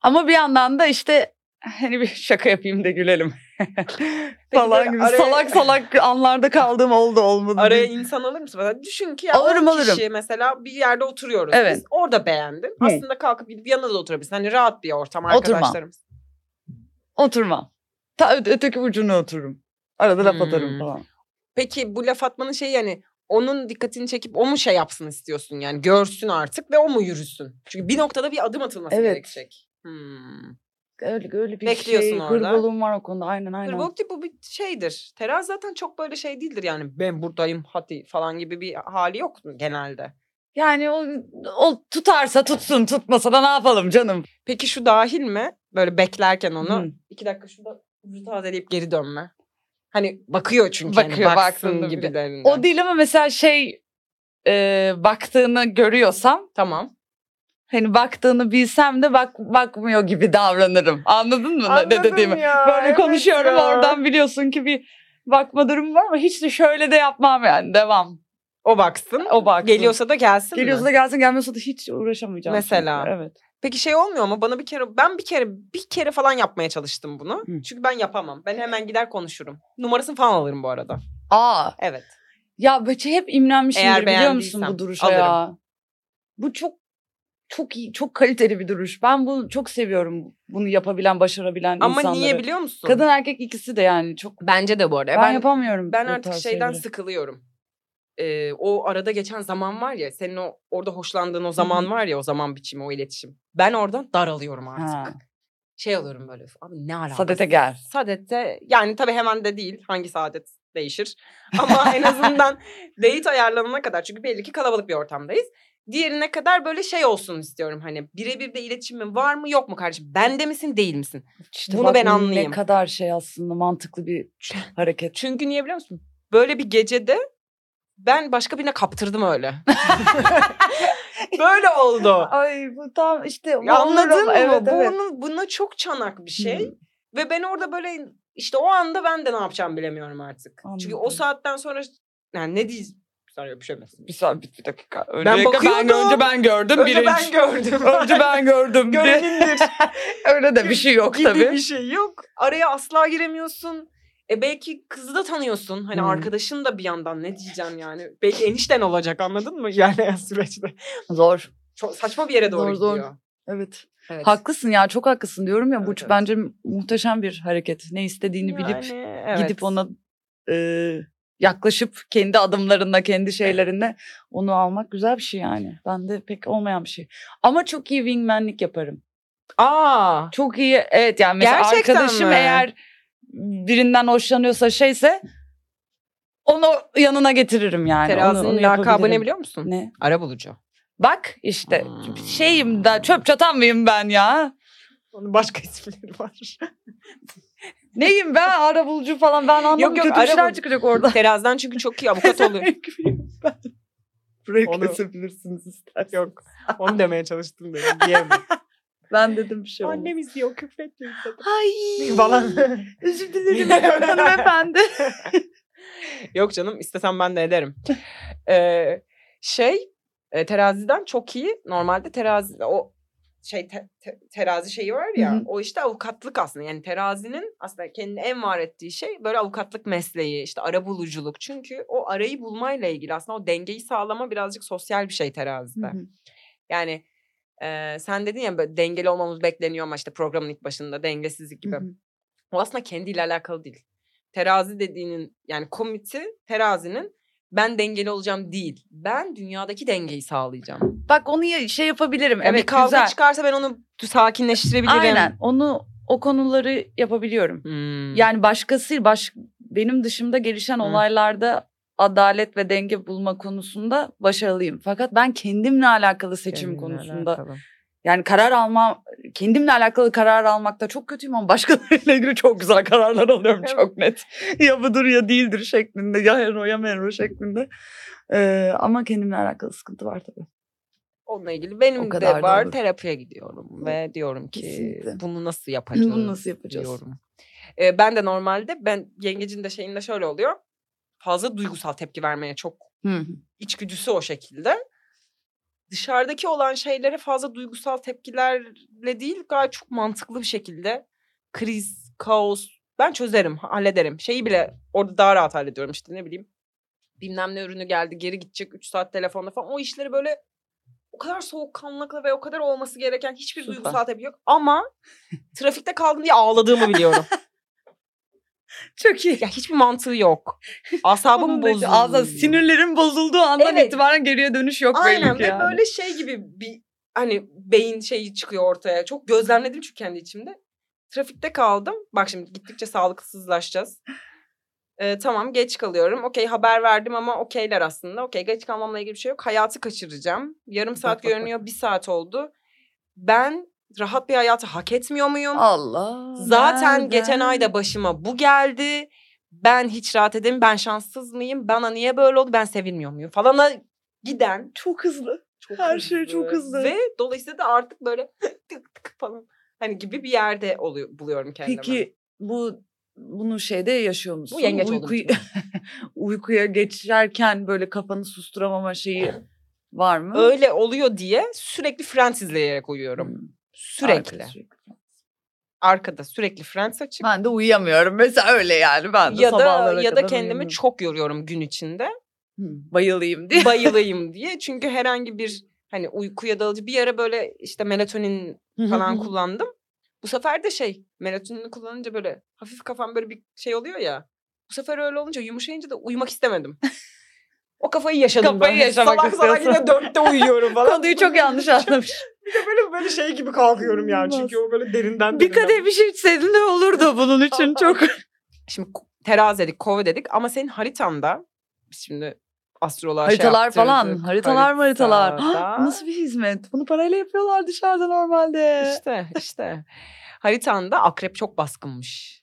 S3: Ama bir yandan da işte hani bir şaka yapayım da gülelim.
S2: böyle
S3: falan gibi
S2: araya-
S3: salak salak anlarda kaldığım oldu olmadı.
S2: Araya insan alır mısın? Mesela düşün ki ya
S3: Alırım,
S2: on kişi
S3: alırım.
S2: mesela bir yerde oturuyoruz.
S3: Evet.
S2: Biz orada beğendim.
S3: Hı.
S2: Aslında kalkıp gidip yanına da oturabilirsin. Hani rahat bir ortam
S3: Oturmam.
S2: arkadaşlarımız.
S3: Oturmam. Ta ö- öteki ucuna otururum. Arada laf atarım
S2: Hmm.
S3: falan.
S2: Peki bu laf atmanın şeyi yani onun dikkatini çekip o mu şey yapsın istiyorsun yani görsün artık ve o mu yürüsün? Çünkü bir noktada bir adım atılması
S3: Evet.
S2: gerekecek. Hmm.
S3: Öyle, öyle bir
S2: Bekliyorsun
S3: şey.
S2: orada.
S3: Hırbalığım var o konuda. Aynen aynen.
S2: Hırvalık tipi bu bir şeydir. Terazi zaten çok böyle şey değildir yani ben buradayım hadi falan gibi bir hali yok genelde.
S3: Yani o, o tutarsa tutsun tutmasa da ne yapalım canım.
S2: Peki şu dahil mi? Böyle beklerken onu
S3: Hı.
S2: iki dakika şurada vücut tazeleyip geri dönme. Hani bakıyor çünkü
S3: Bakıyor,
S2: hani
S3: baktığında
S2: baksın
S3: bile.
S2: gibilerinden.
S3: O değil ama mesela şey e, baktığını görüyorsam
S2: Tamam.
S3: hani baktığını bilsem de bak bakmıyor gibi davranırım. Anladın mı ne- ne dediğimi?
S2: ya,
S3: Böyle
S2: evet
S3: konuşuyorum
S2: ya.
S3: oradan biliyorsun ki bir bakma durumu var ama hiç de şöyle de yapmam yani devam.
S2: O baksın.
S3: O baksın.
S2: Geliyorsa da gelsin mi?
S3: Geliyorsa da gelsin gelmiyorsa da hiç uğraşamayacağım.
S2: Mesela.
S3: çünkü. Evet.
S2: Peki şey olmuyor mu? Bana bir kere ben bir kere bir kere falan yapmaya çalıştım bunu.
S3: Hı.
S2: Çünkü ben yapamam. Ben hemen gider konuşurum. Numarasını falan alırım bu arada.
S3: Aa
S2: Evet.
S3: Ya böyle hep imrenmişimdir
S2: Eğer
S3: biliyor musun
S2: beğendiysem
S3: bu duruşa
S2: alırım.
S3: ya. Bu çok çok iyi, çok kaliteli bir duruş. Ben bunu çok seviyorum. Bunu yapabilen, başarabilen
S2: Ama
S3: insanları.
S2: niye biliyor musun?
S3: Kadın erkek ikisi de yani çok.
S2: Bence de bu arada.
S3: Ben,
S2: Ben ben,
S3: yapamıyorum. bu
S2: artık
S3: tarz
S2: şeyden
S3: şeyleri.
S2: sıkılıyorum. Ee, o arada geçen zaman var ya senin o orada hoşlandığın o zaman var ya o zaman biçimi o iletişim. Ben oradan daralıyorum artık.
S3: Ha.
S2: Şey alıyorum böyle. Abi ne alaka?
S3: Sadete gel.
S2: Sadette yani tabii hemen de değil hangi saadet değişir. Ama en azından date ayarlanana kadar çünkü belli ki kalabalık bir ortamdayız. Diğerine kadar böyle şey olsun istiyorum hani birebir de iletişimin var mı yok mu kardeşim? Bende misin değil misin?
S3: İşte
S2: Bunu
S3: bak
S2: ben anlayayım.
S3: Ne kadar şey aslında mantıklı bir hareket.
S2: Çünkü niye biliyor musun? Böyle bir gecede ben başka birine kaptırdım öyle. böyle oldu.
S3: Ay bu tam işte.
S2: Ya Anladın mı?
S3: Evet,
S2: Bu
S3: evet.
S2: onun- buna çok çanak bir şey.
S3: Hı.
S2: Ve ben orada böyle işte o anda ben de ne yapacağımı bilemiyorum artık. Çünkü o
S3: Anladım.
S2: saatten sonra yani ne diyeceğim? Sarıyor bir şey mi?
S3: Bir, saniye, bir, bir dakika.
S2: bakıyordum.
S3: önce ben gördüm.
S2: Önce
S3: birinci.
S2: ben gördüm.
S3: Önce ben gördüm. bir de-
S2: Görevimdir
S3: Öyle de bir şey yok
S2: gibi
S3: tabii.
S2: bir şey yok. Araya asla giremiyorsun. E belki kızı da tanıyorsun. Hani
S3: Hmm.
S2: arkadaşın da bir yandan ne diyeceğim yani. Belki enişten olacak anladın mı? Yani süreçte.
S3: Zor.
S2: Çok saçma bir yere doğru
S3: Zor, zor.
S2: gidiyor.
S3: Evet.
S2: Evet.
S3: Haklısın ya çok haklısın diyorum ya bu
S2: Evet, evet.
S3: bence muhteşem bir hareket. Ne istediğini bilip
S2: Yani, evet.
S3: gidip ona e, yaklaşıp kendi adımlarınla kendi şeylerinle onu almak güzel bir şey yani. Bende pek olmayan bir şey. Ama çok iyi wingmanlik yaparım.
S2: Aa.
S3: Çok iyi evet yani mesela
S2: Gerçekten
S3: arkadaşım
S2: mi?
S3: eğer birinden hoşlanıyorsa şeyse onu yanına getiririm yani. Onu-
S2: Terazinin
S3: onu
S2: lakabı ne
S3: yapabilirim.
S2: biliyor musun?
S3: Ne?
S2: Ara bulucu.
S3: Bak işte
S2: Hmm.
S3: şeyim de çöp çatan mıyım ben ya?
S2: Onun başka isimleri var.
S3: Neyim ben arabulucu falan ben anlamadım.
S2: yok,
S3: Kötü şeyler
S2: arabul-
S3: çıkacak orada.
S2: Teraziden çünkü çok iyi avukat oluyor.
S3: Burayı
S2: Onu-
S3: kesebilirsiniz isterseniz.
S2: Yok. Onu demeye çalıştım dedim. Diyemem.
S3: Ben dedim bir şey oldu.
S2: Annem izliyor küfretmiyor.
S3: Ay.
S2: Falan.
S3: Özür dilerim hanımefendi.
S2: Yok canım istesem ben de ederim. Ee, şey e, teraziden çok iyi. Normalde terazi o şey te- te- terazi şeyi var ya
S3: Hı hı.
S2: o işte avukatlık aslında. Yani terazinin aslında kendini en var ettiği şey böyle avukatlık mesleği işte arabuluculuk. Çünkü o arayı bulmayla ilgili aslında o dengeyi sağlama birazcık sosyal bir şey terazide. Yani e, sen dedin ya böyle dengeli olmamız bekleniyor ama işte programın ilk başında dengesizlik gibi. O aslında kendiyle alakalı değil. Terazi dediğinin yani komiti terazinin ben dengeli olacağım değil. Ben dünyadaki dengeyi sağlayacağım.
S3: Bak onu ya- şey yapabilirim.
S2: Yani
S3: evet
S2: bir kavga
S3: güzel.
S2: çıkarsa ben onu sakinleştirebilirim.
S3: Aynen onu o konuları yapabiliyorum.
S2: Hmm.
S3: Yani başkası baş, benim dışımda gelişen
S2: Hı.
S3: olaylarda adalet ve denge bulma konusunda başarılıyım. Fakat ben kendimle alakalı seçim
S2: Kendinle
S3: konusunda
S2: alakalı.
S3: yani karar alma kendimle alakalı karar almakta çok kötüyüm ama başkalarıyla ilgili çok güzel kararlar alıyorum
S2: Evet.
S3: çok net. ya budur ya değildir şeklinde ya hero ya mero şeklinde. Ee, ama kendimle alakalı sıkıntı var tabii.
S2: Onunla ilgili benim
S3: O kadar
S2: de
S3: da
S2: var
S3: olur.
S2: terapiye gidiyorum ve diyorum ki
S3: Kesinlikle.
S2: bunu nasıl yapacağız?
S3: Bunu nasıl yapacağız?
S2: diyorum. E, ben de normalde ben yengecin de şeyinde şöyle oluyor. Fazla duygusal tepki vermeye çok
S3: Hı.
S2: içgüdüsü o şekilde. Dışarıdaki olan şeylere fazla duygusal tepkilerle değil gayet çok mantıklı bir şekilde kriz, kaos ben çözerim, hallederim. Şeyi bile orada daha rahat hallediyorum işte ne bileyim. Bilmem ne ürünü geldi geri gidecek 3 saat telefonda falan o işleri böyle o kadar soğukkanlılıkla ve o kadar olması gereken hiçbir
S3: Süper.
S2: duygusal tepki yok. Ama trafikte kaldım diye ağladığımı biliyorum.
S3: Çok iyi.
S2: ya hiçbir mantığı yok. Asabım
S3: Onun da-
S2: bozuldu.
S3: Ağzına sinirlerin bozulduğu andan
S2: Evet.
S3: itibaren geriye dönüş yok
S2: Aynen
S3: belli ki
S2: ve
S3: yani.
S2: böyle şey gibi bir hani beyin şeyi çıkıyor ortaya. Çok gözlemledim çünkü kendi içimde. Trafikte kaldım. Bak şimdi gittikçe sağlıksızlaşacağız. Ee, tamam geç kalıyorum. Okey haber verdim ama okeyler aslında. Okey geç kalmamla ilgili bir şey yok. Hayatı kaçıracağım. Yarım saat
S3: bak, bak.
S2: görünüyor. Bir saat oldu. Ben rahat bir hayatı hak etmiyor muyum?
S3: Allah.
S2: Zaten
S3: nereden?
S2: geçen ayda başıma bu geldi. Ben hiç rahat edeyim. Ben şanssız mıyım? Bana niye böyle oldu? Ben sevilmiyor muyum? Falana giden
S3: çok hızlı.
S2: çok
S3: Her şey çok hızlı.
S2: Ve dolayısıyla da artık böyle tık tık falan hani gibi bir yerde oluyor, buluyorum kendimi.
S3: Peki bu bunu şeyde yaşıyor musun?
S2: Bu yengeç olduğum
S3: Uykuyu-
S2: için.
S3: uykuya geçerken böyle kafanı susturamama şeyi var mı?
S2: Öyle oluyor diye sürekli Friends izleyerek uyuyorum.
S3: Hmm,
S2: Sürekli.
S3: arkada
S2: Arkada,
S3: sürekli.
S2: sürekli Friends açık.
S3: Ben de uyuyamıyorum mesela öyle yani ben de
S2: ya da
S3: sabahlara
S2: ya da
S3: kadar
S2: kendimi
S3: uyuyamıyorum.
S2: çok yoruyorum gün içinde.
S3: Hmm, bayılayım diye.
S2: Bayılayım diye. Çünkü herhangi bir hani uykuya dalıcı bir ara böyle işte melatonin falan kullandım. Bu sefer de şey melatonini kullanınca böyle hafif kafam böyle bir şey oluyor ya. Bu sefer öyle olunca yumuşayınca da uyumak istemedim. O kafayı yaşadım
S3: Kafayı
S2: ben.
S3: yaşamak
S2: Salak salak
S3: istiyorsun.
S2: yine dörtte uyuyorum falan.
S3: Konuyu çok yanlış anlamış.
S2: Bir de böyle böyle şey gibi kalkıyorum yani. Çünkü o böyle derinden
S3: bir
S2: derinden. şey
S3: kadeh bir şey içseydin ne olurdu bunun için çok.
S2: Şimdi ku- terazi dedik, kova dedik ama senin haritanda biz şimdi astroloğa şey
S3: haritalar falan.
S2: yaptırdık,
S3: Haritalar maritalar.
S2: haritada.
S3: Nasıl bir hizmet? Bunu parayla yapıyorlar dışarıda normalde.
S2: İşte işte. Haritanda akrep çok baskınmış.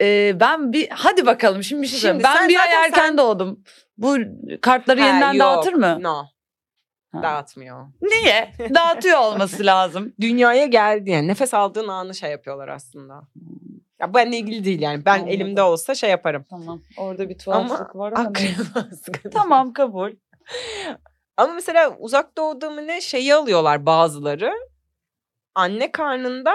S3: Ee, ben bir hadi bakalım şimdi bir şey
S2: Şimdi
S3: söyleyeyim. Ben
S2: sen
S3: bir ay
S2: zaten
S3: erken doğdum. Bu kartları
S2: Ha,
S3: yeniden
S2: yok,
S3: dağıtır mı?
S2: No.
S3: Ha.
S2: Dağıtmıyor.
S3: Niye? Dağıtıyor olması lazım.
S2: dünyaya geldi yani nefes aldığın anı şey yapıyorlar aslında. Ya benle ilgili değil yani. Ben
S3: Anladım.
S2: elimde olsa şey yaparım.
S3: Tamam. Orada bir
S2: tuhaflık
S3: var
S2: Akrep baskını.
S3: Tamam kabul.
S2: Ama mesela uzak doğuda mı ne şeyi alıyorlar bazıları. Anne karnında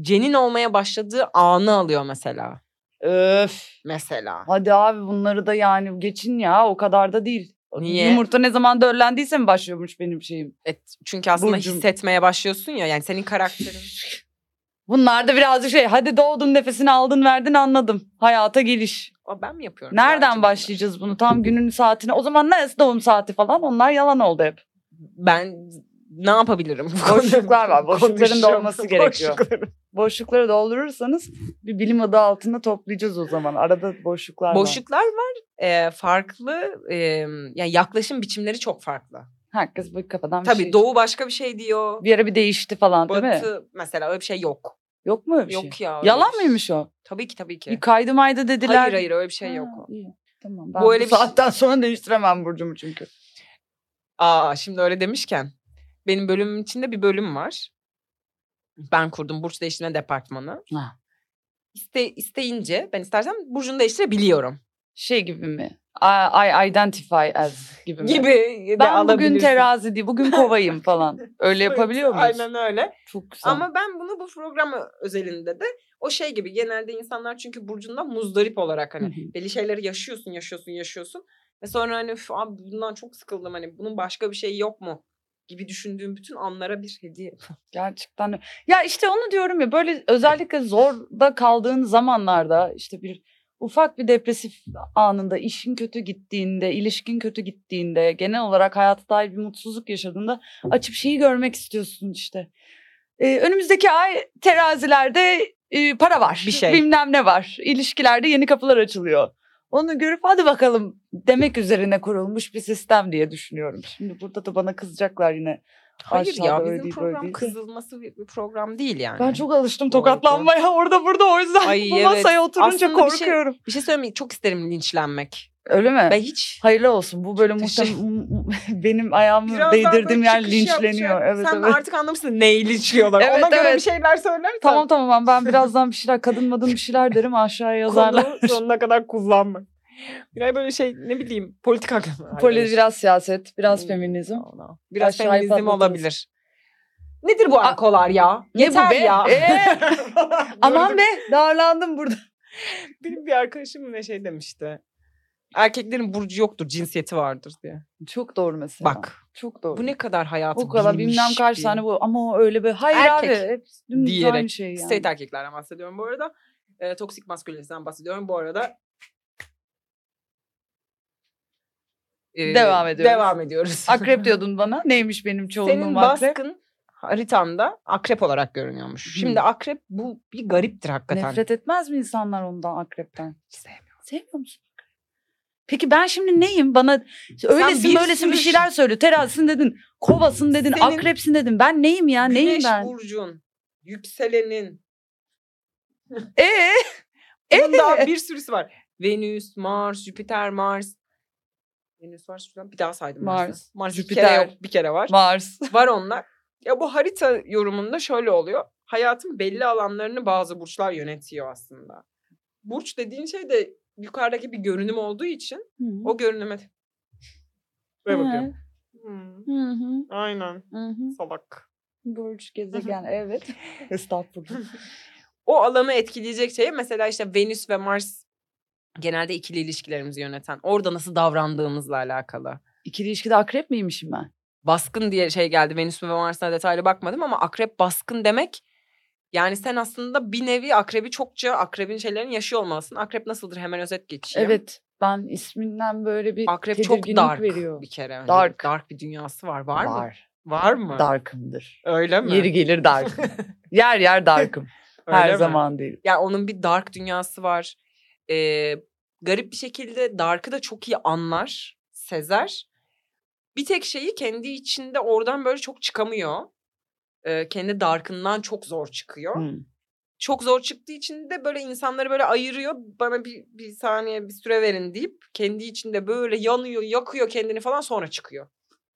S2: cenin olmaya başladığı anı alıyor mesela.
S3: Öf.
S2: Mesela.
S3: Hadi abi bunları da yani geçin ya o kadar da değil.
S2: Niye?
S3: Yumurta ne zaman döllendiyse mi başlıyormuş benim şeyim?
S2: Evet, çünkü aslında
S3: Burcum.
S2: hissetmeye başlıyorsun ya yani senin karakterin.
S3: Bunlar da birazcık şey hadi doğdun nefesini aldın verdin anladım. Hayata geliş.
S2: Aa, ben mi yapıyorum?
S3: Nereden
S2: Gerçekten?
S3: başlayacağız bunu? Tam günün saatine. O zaman neresi doğum saati falan? Onlar yalan oldu hep.
S2: Ben ne yapabilirim? bu konuda?
S3: Boşluklar var. Boşlukların
S2: Konuşacağım.
S3: dolması gerekiyor.
S2: Boşlukların-
S3: Boşlukları doldurursanız bir bilim adı altında toplayacağız o zaman. Arada boşluklar var.
S2: Boşluklar var. Ee, farklı e, yani yaklaşım biçimleri çok farklı.
S3: Herkes bu kafadan bir
S2: Tabii
S3: şey.
S2: doğu başka bir şey diyor.
S3: Bir ara bir değişti falan değil mi?
S2: Batı mesela öyle bir şey yok.
S3: Yok mu öyle bir şey?
S2: Yok ya. öyle bir
S3: Yalan
S2: şey.
S3: mıymış o?
S2: Tabii ki tabii ki.
S3: Bir kaydı maydı dediler.
S2: Hayır hayır öyle bir şey yok.
S3: Ha, iyi. Tamam.
S2: Bu
S3: Ben bu,
S2: öyle bir şey-
S3: saatten sonra değiştiremem burcumu çünkü.
S2: Aa şimdi öyle demişken benim bölümüm içinde bir bölüm var. Ben kurdum burç değiştirme departmanı.
S3: Ha.
S2: İste, isteyince ben istersem burcunu değiştirebiliyorum.
S3: Şey gibi mi? I, I identify as gibi mi?
S2: Gibi de
S3: Ben bugün
S2: alabilirsin.
S3: terazi değil, bugün kovayım falan. Öyle yapabiliyor muyuz?
S2: Aynen öyle.
S3: Çok güzel.
S2: Ama ben bunu bu program özelinde de o şey gibi genelde insanlar çünkü burcundan muzdarip olarak
S3: Hı
S2: hani
S3: hı.
S2: belli şeyleri yaşıyorsun yaşıyorsun yaşıyorsun ve sonra hani "Üf, abi bundan çok sıkıldım hani bunun başka bir şey yok mu gibi düşündüğüm bütün anlara bir hediye.
S3: Gerçekten. de- Ya işte onu diyorum ya böyle özellikle zorda kaldığın zamanlarda işte bir ufak bir depresif anında işin kötü gittiğinde, ilişkin kötü gittiğinde, genel olarak hayata dair bir mutsuzluk yaşadığında açıp şeyi görmek istiyorsun işte. Ee, önümüzdeki ay terazilerde e, para var.
S2: Bir şey.
S3: Bilmem ne var. İlişkilerde yeni kapılar açılıyor. Onu görüp hadi bakalım demek üzerine kurulmuş bir sistem diye düşünüyorum. Şimdi burada da bana kızacaklar yine.
S2: Hayır
S3: Aşağıda
S2: ya
S3: öyle
S2: bizim
S3: değil, böyle
S2: program
S3: değil de.
S2: kızılması bir bir program değil yani.
S3: Ben çok alıştım
S2: Bu arada.
S3: tokatlanmaya orada burada o yüzden
S2: Ay,
S3: bu
S2: evet.
S3: masaya oturunca
S2: Aslında bir şey-
S3: korkuyorum.
S2: Bir şey söyleyeyim mi? çok isterim linçlenmek.
S3: Öyle mi?
S2: Ben hiç
S3: Hayırlı olsun. Bu bölüm
S2: teşekkür-
S3: muhtemelen benim ayağımı
S2: Birazdan böyle
S3: değdirdiğim yer
S2: çıkış yapacak.
S3: linçleniyor. Evet,
S2: Sen
S3: evet.
S2: artık anlamışsın neyli içiyorlar.
S3: Evet,
S2: Ona göre
S3: evet.
S2: bir şeyler söylersen.
S3: Tamam tamam ben birazdan bir şeyler kadın madın bir şeyler derim aşağıya yazarlar.
S2: Konuyu sonuna kadar kullanma. Biraz böyle şey ne bileyim politik hakkında.
S3: Poli biraz siyaset, biraz
S2: Hmm.
S3: feminizm.
S2: Biraz
S3: Aşağıyı
S2: feminizm
S3: patlatırız.
S2: olabilir. Nedir bu
S3: A-
S2: ankolar ya?
S3: Ne bu
S2: Yeter
S3: be?
S2: ya.
S3: Ee? Aman
S2: Gördüm.
S3: be darlandım burada.
S2: Benim bir arkadaşım ne şey demişti. Erkeklerin burcu yoktur, cinsiyeti vardır diye.
S3: Çok doğru mesela.
S2: Bak,
S3: Çok doğru.
S2: bu ne kadar hayatı
S3: o kadar
S2: bilmiş
S3: bilmem kaç
S2: bir-
S3: tane bu ama o öyle böyle hayır
S2: Erkek
S3: abi hep dümdüz
S2: diyerek
S3: aynı şey yani.
S2: Straight erkeklerden bahsediyorum bu arada. Ee, toksik maskülinizden bahsediyorum bu arada. Ee,
S3: Devam ediyoruz.
S2: Devam ediyoruz.
S3: Akrep diyordun bana. Neymiş benim çoğunluğum
S2: Senin
S3: akrep?
S2: baskın haritanda akrep olarak görünüyormuş.
S3: Hı.
S2: Şimdi akrep bu bir gariptir hakikaten.
S3: Nefret etmez mi insanlar ondan akrepten?
S2: Hiç sevmiyorum.
S3: Sevmiyor musun? akrep? Peki ben şimdi neyim? Bana öylesin
S2: bir
S3: böylesin bir
S2: sürü-
S3: şeyler söyle. Terazisin dedin, kovasın dedin,
S2: Senin-
S3: akrepsin dedin. Ben neyim ya? Neyim
S2: Güneş
S3: ben?
S2: burcun, yükselenin,
S3: Ee?
S2: Bunun daha bir sürüsü var. Venüs, Mars, Jüpiter, Mars. Venüs var şuradan bir daha saydım. Mars'ı.
S3: Mars,
S2: Mars Bir
S3: Jüpiter.
S2: kere, yok, bir kere var.
S3: Mars.
S2: var onlar. Ya bu harita yorumunda şöyle oluyor. Hayatın belli alanlarını bazı burçlar yönetiyor aslında. Burç dediğin şey de yukarıdaki bir görünüm olduğu için o görünüme böyle bakıyorum. Hmm,
S3: Hı hı,
S2: Aynen.
S3: hı hı.
S2: Salak.
S3: Burç gezegen evet. Estağfurullah.
S2: O alanı etkileyecek şey mesela işte Venüs ve Mars genelde ikili ilişkilerimizi yöneten. Orada nasıl davrandığımızla alakalı.
S3: İkili ilişkide akrep miymişim ben?
S2: baskın diye şey geldi. Venüs ve Mars'a detaylı bakmadım ama akrep baskın demek. Yani sen aslında bir nevi akrebi çokça akrebin şeylerini yaşıyor olmalısın. Akrep nasıldır hemen özet geçeyim.
S3: Evet. Ben isminden böyle bir
S2: Şey Akrep çok
S3: tedirginlik
S2: dark
S3: veriyor.
S2: bir kere. Hani
S3: Dark.
S2: Dark bir dünyası var. Var, mı? Var mı?
S3: Darkımdır.
S2: Öyle mi?
S3: Yeri gelir darkım. yer yer darkım.
S2: Öyle
S3: Her
S2: mi?
S3: zaman değil.
S2: Yani onun bir dark dünyası var. Ee, garip bir şekilde dark'ı da çok iyi anlar, sezer. Bir tek şeyi kendi içinde oradan böyle çok çıkamıyor. Ee, kendi dark'ından çok zor çıkıyor.
S3: Hı.
S2: çok zor çıktığı için de böyle insanları böyle ayırıyor. Bana bir, bir saniye bir süre verin deyip kendi içinde böyle yanıyor, yakıyor kendini falan sonra çıkıyor.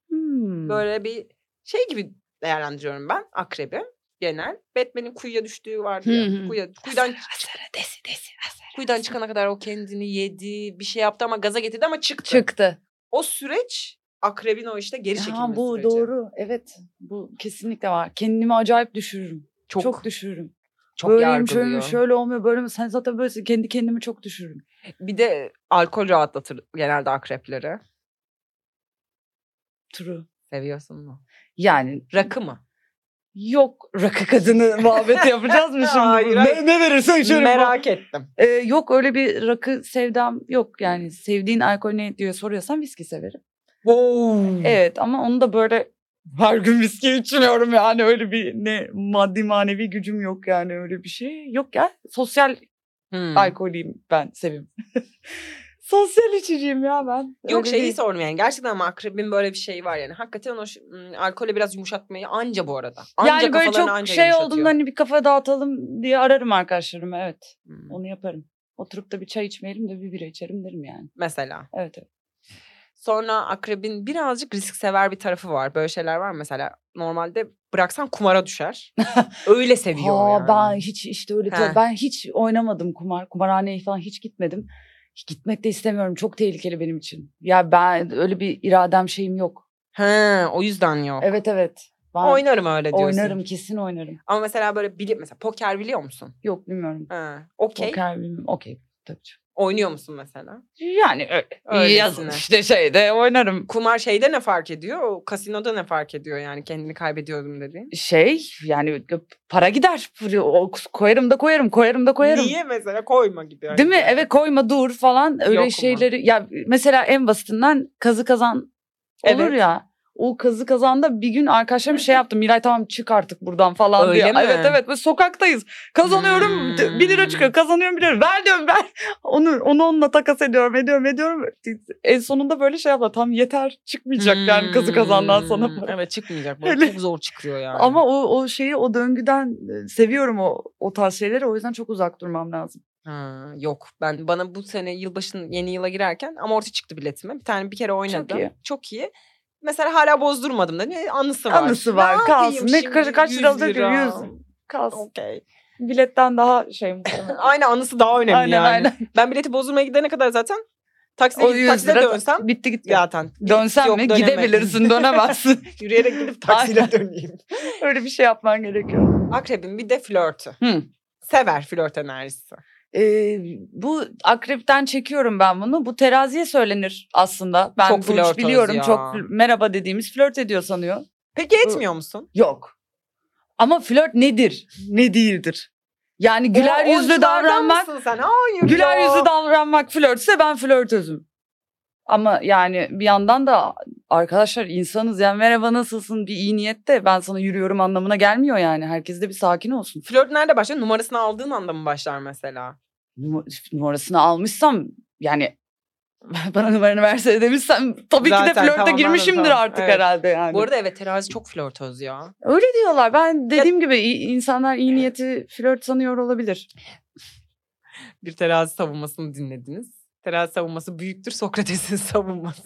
S3: Hmm.
S2: Böyle bir şey gibi değerlendiriyorum ben akrebi genel. Batman'in kuyuya düştüğü vardı
S3: Hı hı.
S2: ya. Kuyuya, kuyudan,
S3: Asara, desi, desi, asara.
S2: kuyudan çıkana kadar o kendini yedi, bir şey yaptı ama gaza getirdi ama çıktı.
S3: Çıktı.
S2: O süreç akrebin o işte geri çekilme
S3: Ha, bu
S2: süreci.
S3: doğru. Evet. Bu kesinlikle var. Kendimi acayip düşürürüm.
S2: Çok
S3: Çok,
S2: çok,
S3: düşürürüm.
S2: çok
S3: Böyleyim şöyle,
S2: yargılıyor.
S3: şöyle olmuyor böyle mi? Sen zaten böylesin. Kendi kendimi çok düşürürüm.
S2: Bir de alkol rahatlatır genelde akrepleri.
S3: True.
S2: Seviyorsun mu?
S3: Yani
S2: Rakı mı?
S3: Yok rakı kadını muhabbeti yapacağız mı şimdi?
S2: Hayır,
S3: ne,
S2: hayır.
S3: ne verirsen
S2: şey
S3: içerim.
S2: Merak ettim.
S3: Ee, yok öyle bir rakı sevdam yok. Yani sevdiğin alkol ne diye soruyorsan viski severim.
S2: Wow.
S3: Evet ama onu da böyle her gün viski içmiyorum yani öyle bir ne maddi manevi gücüm yok yani öyle bir şey. Yok ya sosyal
S2: Hmm.
S3: alkoliyim ben sevim. sosyal içiciyim ya ben.
S2: Yok şey,
S3: Öyle
S2: şeyi
S3: değil.
S2: sormuyorum yani. Gerçekten ama akrebin böyle bir şeyi var yani. Hakikaten o şu- m, alkole biraz yumuşatmayı anca bu arada. Anca
S3: yani böyle
S2: kafalarını
S3: çok
S2: anca
S3: şey
S2: yumuşatıyor.
S3: olduğunda hani bir kafa dağıtalım diye ararım arkadaşlarımı evet.
S2: Hmm.
S3: Onu yaparım. Oturup da bir çay içmeyelim de bir bira içerim derim yani.
S2: Mesela.
S3: Evet. evet.
S2: Sonra akrebin birazcık risksever bir tarafı var. Böyle şeyler var mı? mesela. Normalde bıraksan kumara düşer. Öyle seviyor
S3: Ha,
S2: yani.
S3: ben hiç işte öyle
S2: He.
S3: ben hiç oynamadım kumar. Kumarhaneye falan hiç gitmedim. Hiç Gitmek de istemiyorum. Çok tehlikeli benim için. Ya ben öyle bir iradem şeyim yok.
S2: He, o yüzden yok.
S3: Evet evet. Ben
S2: Oynarım öyle diyorsun.
S3: oynarım kesin oynarım.
S2: Ama mesela böyle bilip mesela poker biliyor musun?
S3: Yok bilmiyorum.
S2: He, okey.
S3: Poker bilmiyorum. Okey. Tabii. ki.
S2: Oynuyor musun mesela?
S3: Yani öyle.
S2: Öylesine.
S3: Yazın işte şeyde oynarım.
S2: Kumar şeyde ne fark ediyor? O kasinoda ne fark ediyor yani kendini kaybediyorum dediğin?
S3: Şey yani para gider. O- Koyarım da koyarım, koyarım da koyarım.
S2: Niye mesela koyma gibi. yani.
S3: Değil mi? Eve koyma dur falan öyle
S2: Yok mu?
S3: şeyleri. Ya mesela en basitinden kazı kazan olur
S2: Evet.
S3: ya. O kazı kazanda bir gün arkadaşlarım şey yaptı. Miray tamam çık artık buradan falan
S2: Öyle
S3: diye.
S2: mi?
S3: Evet evet böyle sokaktayız. Kazanıyorum
S2: Hmm.
S3: 1 lira çıkıyor. Kazanıyorum 1 lira. Ver diyorum ver. Onu, onu onunla takas ediyorum ediyorum ediyorum. En sonunda böyle şey yaptı. Tam yeter çıkmayacak yani kazı kazandan sana.
S2: Hmm,
S3: para.
S2: Evet çıkmayacak. Bu
S3: Öyle.
S2: çok zor çıkıyor yani.
S3: Ama o, o şeyi o döngüden e, seviyorum o, o tarz şeyleri. O yüzden çok uzak durmam lazım.
S2: Ha, yok ben bana bu sene yılbaşın yeni yıla girerken amorti çıktı biletime. Bir tane bir kere oynadım. Çok iyi.
S3: iyi.
S2: Mesela hala bozdurmadım da ne anısı var.
S3: Anısı var,
S2: Ne
S3: kalsın.
S2: yapayım
S3: Ne kaç-
S2: şimdi?
S3: kaç
S2: 100
S3: lira alacak?
S2: lira.
S3: 100. Kalsın.
S2: Okey.
S3: Biletten daha şey muhtemelen.
S2: Aynı anısı daha önemli
S3: aynen
S2: yani.
S3: aynen.
S2: Ben bileti bozdurmaya gidene kadar zaten taksiye,
S3: O
S2: gidip
S3: 100
S2: taksiye
S3: lira
S2: dönsem
S3: bitti gitti.
S2: zaten.
S3: Dönsen
S2: Yok,
S3: mi?
S2: dönemedim.
S3: Gidebilirsin dönemezsin.
S2: Yürüyerek gidip taksiyle döneyim.
S3: Öyle bir şey yapman gerekiyor.
S2: Akrebin bir de flörtü.
S3: Hı.
S2: Sever flört enerjisi.
S3: Ee, bu akrepten çekiyorum ben bunu. Bu teraziye söylenir aslında. Ben
S2: Çok
S3: çok
S2: flörtöz
S3: biliyorum
S2: ya.
S3: çok fl- merhaba dediğimiz flört ediyor sanıyor.
S2: Peki etmiyor musun?
S3: Yok. Ama flört nedir? Ne değildir? Yani güler
S2: O-
S3: yüzlü
S2: oyunculardan
S3: davranmak
S2: mısın sen? Hayır
S3: Güler
S2: ya.
S3: yüzlü davranmak flörtse ben flörtözüm. Ama yani bir yandan da arkadaşlar insanız yani merhaba nasılsın bir iyi niyette ben sana yürüyorum anlamına gelmiyor yani. Herkes de bir sakin olsun.
S2: Flört nerede başlar? Numarasını aldığın anda mı başlar mesela?
S3: Num- Numarasını almışsam yani bana numaranı verse demişsem tabii ki de
S2: Zaten,
S3: flörte
S2: tamam, anladım,
S3: girmişimdir
S2: tamam.
S3: artık
S2: Evet.
S3: herhalde yani.
S2: Bu arada evet terazi çok flörtöz ya.
S3: Öyle diyorlar ben dediğim gibi i- insanlar iyi niyeti flört sanıyor olabilir.
S2: Bir terazi savunmasını dinlediniz. Terazi savunması büyüktür Sokrates'in savunması.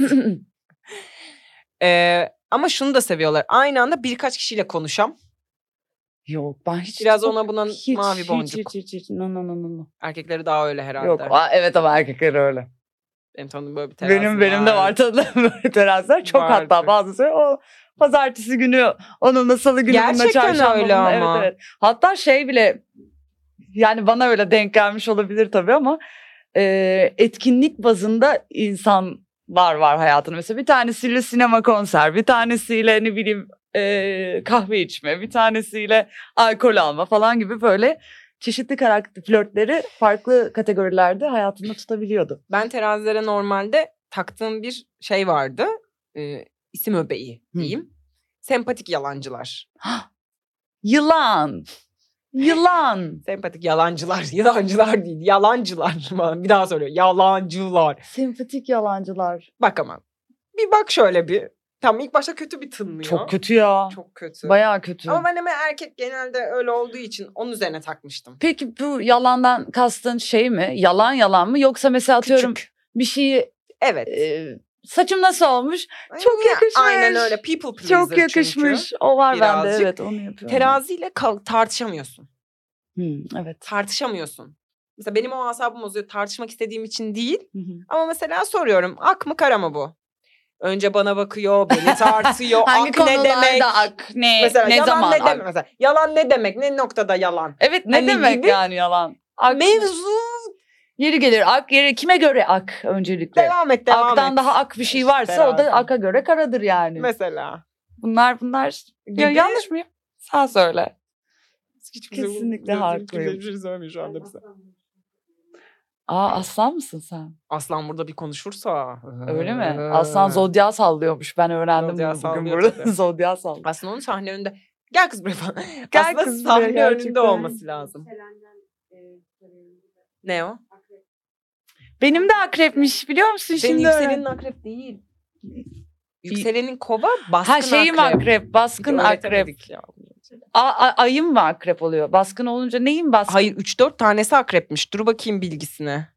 S2: Ee, ama şunu da seviyorlar. Aynı anda birkaç kişiyle konuşam.
S3: Yok ben hiç
S2: Biraz ona buna
S3: hiç,
S2: mavi
S3: hiç,
S2: boncuk.
S3: Hiç, hiç, hiç. No, no, no, no, no.
S2: Erkekleri daha öyle herhalde.
S3: Yok aa, evet ama erkekler öyle.
S2: Benim tanıdığım böyle bir terazi
S3: benim benim de var tanıdığım böyle terazlar. Çok
S2: Vardı.
S3: hatta bazısı o pazartesi günü onunla salı günü bununla
S2: Gerçekten
S3: çarşamba.
S2: öyle
S3: bununla-
S2: ama.
S3: Evet, evet. Hatta şey bile yani bana öyle denk gelmiş olabilir tabii ama e, etkinlik bazında insan var var hayatında. Mesela bir tanesiyle sinema konser, bir tanesiyle ne bileyim e, kahve içme, bir tanesiyle alkol alma falan gibi böyle çeşitli karakter flörtleri farklı kategorilerde hayatında tutabiliyordu.
S2: Ben terazilere normalde taktığım bir şey vardı. Ee, isim öbeği
S3: Hı.
S2: diyeyim. Sempatik yalancılar.
S3: Yılan. Yılan.
S2: Sempatik yalancılar. Yalancılar değil. Yalancılar. bir daha söylüyorum. Yalancılar.
S3: Sempatik yalancılar.
S2: Bak ama. Bir bak şöyle bir. Tam ilk başta kötü bir tınlıyor.
S3: Çok kötü ya.
S2: Çok kötü.
S3: Bayağı kötü.
S2: Ama ben hemen erkek genelde öyle olduğu için onun üzerine takmıştım.
S3: Peki bu yalandan kastın şey mi? Yalan yalan mı? Yoksa mesela atıyorum
S2: Küçük.
S3: bir şeyi
S2: Evet.
S3: e, saçım nasıl olmuş?
S2: Ay,
S3: çok yakışmış.
S2: Aynen öyle. People pleaser
S3: Çok yakışmış. O var bende
S2: Birazcık.
S3: evet onu yapıyorum.
S2: Çünkü. Teraziyle kal- tartışamıyorsun.
S3: Hı, evet.
S2: Tartışamıyorsun. Mesela benim o asabım bozuyor. Tartışmak istediğim için değil.
S3: Hı hı.
S2: Ama mesela soruyorum. Ak mı kara mı bu? Önce bana bakıyor, beni tartıyor.
S3: Hangi
S2: ak ne demek?
S3: konularda ak? Ne,
S2: Mesela
S3: Ee, ne
S2: yalan
S3: zaman
S2: ne
S3: ak?
S2: demek? Mesela yalan ne demek? Ne noktada yalan?
S3: Evet ne
S2: Hani
S3: demek
S2: gibi.
S3: yani yalan? Ak,
S2: Mevzu
S3: yeri gelir ak yeri kime göre ak öncelikle?
S2: devam et devam
S3: Aktan
S2: et.
S3: daha ak bir şey
S2: İşte
S3: varsa o
S2: beraber.
S3: da aka göre karadır yani.
S2: Mesela.
S3: bunlar bunlar. Ya,
S2: Gibi.
S3: yanlış mıyım? Sen söyle.
S2: Hiç
S3: Kesinlikle haklıyım.
S2: Hiçbir şey söylemiyor şu anda bize.
S3: Aa aslan mısın sen?
S2: Aslan burada bir konuşursa. Ee,
S3: Öyle mi? Aslan zodya sallıyormuş. Ben öğrendim
S2: Zodyağı
S3: bunu bugün
S2: sallıyor
S3: burada.
S2: tabii.
S3: zodya sallıyor.
S2: Aslında onun sahne önünde. Gel kız buraya falan.
S3: Gel
S2: Aslında
S3: kız buraya,
S2: sahne önünde
S3: gerçekten.
S2: olması lazım. Ne o?
S3: Benim de akrepmiş biliyor musun
S2: Senin
S3: şimdi?
S2: yükselenin
S3: öğrendim.
S2: akrep değil. Yükselenin kova baskın
S3: Ha şeyim akrep,
S2: akrep.
S3: baskın akrep.
S2: Öğretemedik ya.
S3: A, a- ayım mı akrep oluyor? Baskın olunca neyin baskın?
S2: Hayır 3-4 tanesi akrepmiş. Dur bakayım bilgisine.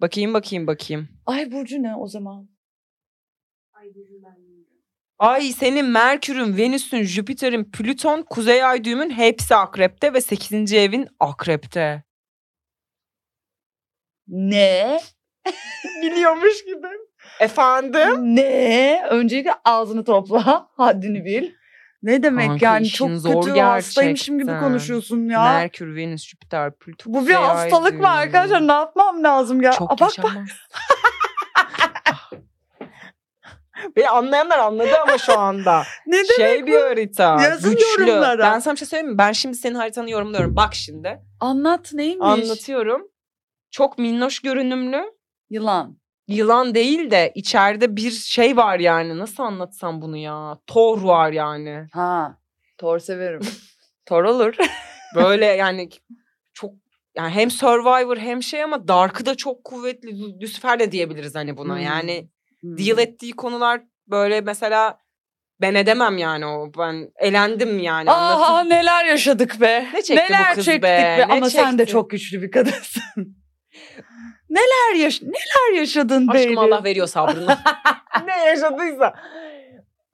S2: Bakayım bakayım bakayım.
S3: Ay Burcu ne o zaman?
S2: Ay senin Merkür'ün, Venüs'ün, Jüpiter'in, Plüton, Kuzey Ay düğümün hepsi akrepte ve 8. evin akrepte.
S3: Ne? Biliyormuş gibi.
S2: Efendim?
S3: Ne? Öncelikle ağzını topla. Haddini bil. Ne demek
S2: Kanka,
S3: yani
S2: işin
S3: çok
S2: zor
S3: kötü hastaymışım gibi
S2: gerçekten.
S3: konuşuyorsun ya.
S2: Merkür, Venüs, Jüpiter, Plüton.
S3: Bu bir
S2: Kuzey Ay
S3: hastalık
S2: düğümü.
S3: mı arkadaşlar? Ne yapmam lazım ya?
S2: Çok
S3: Aa, bak bak.
S2: yaşamaz. Beni anlayanlar anladı ama şu anda.
S3: Ne demek?
S2: şey bir harita.
S3: Yazın
S2: güçlü.
S3: yorumlara.
S2: Ben sana bir şey söyleyeyim mi? Ben şimdi senin haritanı yorumluyorum. Bak şimdi.
S3: Anlat neymiş?
S2: Anlatıyorum. Çok minnoş görünümlü.
S3: Yılan.
S2: yılan değil de içeride bir şey var yani. Nasıl anlatsam bunu ya? Thor var yani.
S3: Ha. Tor severim. Tor olur.
S2: Böyle yani çok yani hem Survivor hem şey ama Dark'ı da çok kuvvetli. Lü- Lucifer de diyebiliriz hani buna.
S3: Hmm.
S2: Yani deal ettiği konular böyle mesela ben edemem yani o. Ben elendim yani.
S3: Aa
S2: anlatın.
S3: neler yaşadık be.
S2: Ne çekti bu
S3: neler
S2: kız
S3: çektik
S2: be, ne
S3: Ama sen de
S2: çekti?
S3: çok güçlü bir kadınsın. neler yaş neler yaşadın be.
S2: Aşkım Allah veriyor sabrını. ne yaşadıysa.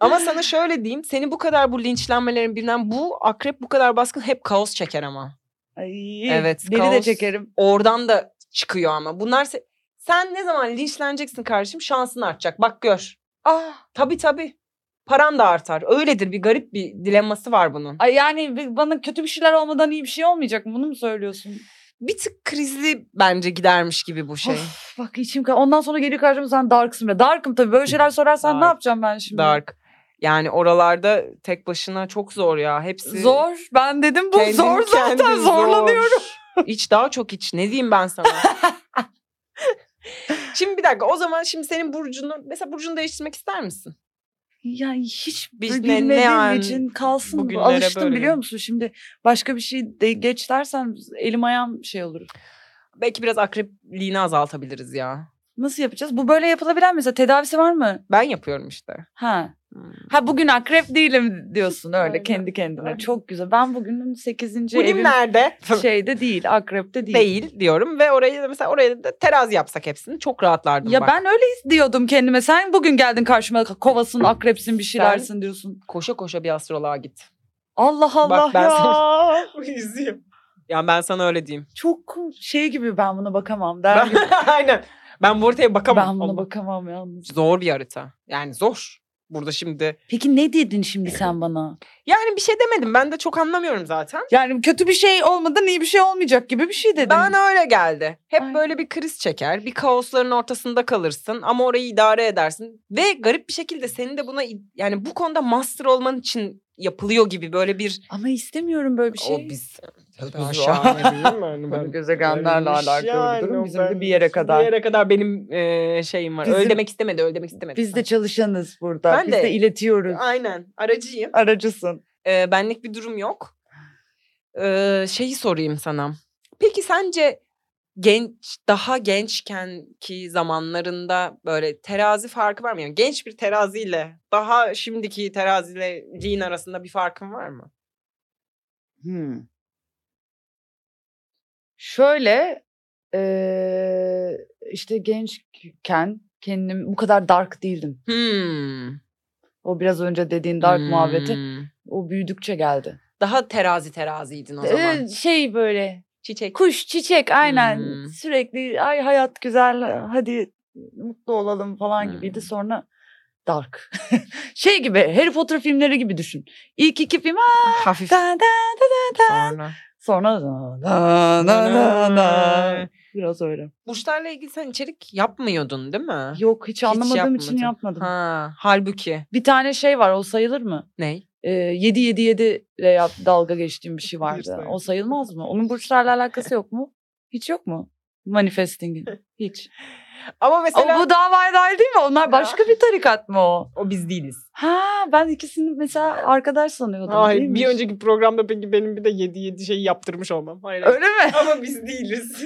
S2: Ama sana şöyle diyeyim. Seni bu kadar bu linçlenmelerin bilinen bu akrep bu kadar baskın hep kaos çeker ama.
S3: Ay,
S2: Evet,
S3: Deli de
S2: kaos.
S3: çekerim.
S2: Oradan da çıkıyor ama. Bunlar se- sen ne zaman linçleneceksin kardeşim şansın artacak. Bak gör.
S3: Ah.
S2: Tabii tabii. Paran da artar. Öyledir bir garip bir dilemması var bunun.
S3: Ay yani bi- bana kötü bir şeyler olmadan iyi bir şey olmayacak mı? Bunu mu söylüyorsun?
S2: Bir tık krizli bence gidermiş gibi bu şey.
S3: Of, bak içim ka- Ondan sonra geliyor karşıma sen darksın be. Darkım tabii böyle şeyler sorarsan ne
S2: Dark.
S3: yapacağım ben şimdi?
S2: Dark. Yani oralarda tek başına çok zor ya. Hepsi
S3: Zor. Ben dedim bu
S2: Kendin
S3: zor zaten
S2: kendin zor.
S3: zorlanıyorum.
S2: İç daha çok iç. Ne diyeyim ben sana? şimdi bir dakika o zaman şimdi senin burcunu mesela burcunu değiştirmek ister misin?
S3: Ya hiç
S2: Biz ne- ne
S3: bilmediğim
S2: an-
S3: için kalsın. bu.
S2: bugünlere
S3: Alıştım
S2: böyle.
S3: biliyor musun? Şimdi başka bir şey de geç dersen elim ayağım şey olur.
S2: Belki biraz akrepliğini azaltabiliriz ya.
S3: Nasıl yapacağız? Bu böyle yapılabilen mesela tedavisi var mı?
S2: Ben yapıyorum işte.
S3: Ha.
S2: Hmm.
S3: Ha bugün akrep değilim diyorsun öyle
S2: Aynen,
S3: kendi kendine.
S2: aynen.
S3: Çok güzel. Ben bugünün 8.
S2: Bulim
S3: evim
S2: nerede?
S3: şeyde değil, akrepte değil.
S2: Değil diyorum ve orayı da mesela oraya da terazi yapsak hepsini çok rahatlardım
S3: Ya
S2: bak.
S3: ben öyle diyordum kendime. Sen bugün geldin karşıma kovasın, akrepsin, bir şeylersin diyorsun.
S2: Koşa koşa bir astroloğa git.
S3: Allah Allah
S2: ben
S3: ya.
S2: Üzüyüm. Ya ben sana öyle diyeyim.
S3: Çok şey gibi ben buna bakamam. Der gibi.
S2: Aynen. Ben bu haritaya bakamam.
S3: ben buna
S2: Allah.
S3: bakamam yalnız.
S2: Zor bir harita. Yani zor. Burada şimdi.
S3: Peki ne dedin şimdi sen bana?
S2: Yani bir şey demedim. Ben de çok anlamıyorum zaten.
S3: Yani kötü bir şey olmadan iyi bir şey olmayacak gibi bir şey dedin.
S2: Bana öyle geldi. Hep
S3: Ay.
S2: böyle bir kriz çeker. Bir kaosların ortasında kalırsın ama orayı idare edersin. Ve garip bir şekilde senin de buna i- yani bu konuda master olman için yapılıyor gibi böyle bir
S3: Ama istemiyorum böyle bir şey.
S2: o biz
S3: Aşağı.
S2: yani
S3: Böyle gezegenlerle alakalı bir durum. Bizim de bir yere kadar.
S2: Bir yere kadar benim e, şeyim var.
S3: Bizim-
S2: Öyle demek istemedi, öyle demek istemedi.
S3: Biz de çalışanız burada.
S2: Ben
S3: Biz de,
S2: de-
S3: iletiyoruz.
S2: Aynen, aracıyım.
S3: Aracısın.
S2: Ee, benlik bir durum yok. Ee, şeyi sorayım sana. Peki sence genç daha gençken ki zamanlarında böyle terazi farkı var mı? Yani genç bir teraziyle daha şimdiki teraziyle din arasında bir farkın var mı?
S3: Hmm. Şöyle eee, işte gençken kendim bu kadar dark değildim.
S2: Hmm.
S3: O biraz önce dediğin dark
S2: Hmm.
S3: muhabbeti o büyüdükçe geldi.
S2: Daha terazi teraziydin o zaman.
S3: Ee, şey böyle
S2: Çiçek.
S3: Kuş, çiçek aynen
S2: Hmm.
S3: sürekli ay hayat güzel hadi mutlu olalım falan
S2: Hmm.
S3: gibiydi. Sonra dark. şey gibi Harry Potter filmleri gibi düşün. İlk iki film "Aa,
S2: Hafif
S3: da, da."
S2: sonra.
S3: sonra da, da, da, da, da. biraz öyle.
S2: Burçlarla ilgili sen içerik yapmıyordun değil mi?
S3: Yok hiç anlamadığım için
S2: yapmadın.
S3: yapmadım.
S2: Ha, halbuki.
S3: Bir tane şey var o sayılır mı?
S2: Ney?
S3: Ee, 7 7 7 ile yap, dalga geçtiğim bir şey
S2: Hayır,
S3: vardı.
S2: sayılmaz.
S3: O sayılmaz mı? Onun burçlarla alakası yok mu? Hiç yok mu? Manifesting'in. Hiç.
S2: Ama mesela
S3: Ama bu davaya dahil değil mi? Onlar
S2: Ya.
S3: başka bir tarikat mı o?
S2: o biz değiliz.
S3: Ha ben ikisini mesela arkadaş sanıyordum.
S2: Hayır,
S3: değilmiş.
S2: bir önceki programda peki benim bir de 7 7 şeyi yaptırmış olmam. Hayır.
S3: Öyle mi?
S2: Ama biz değiliz.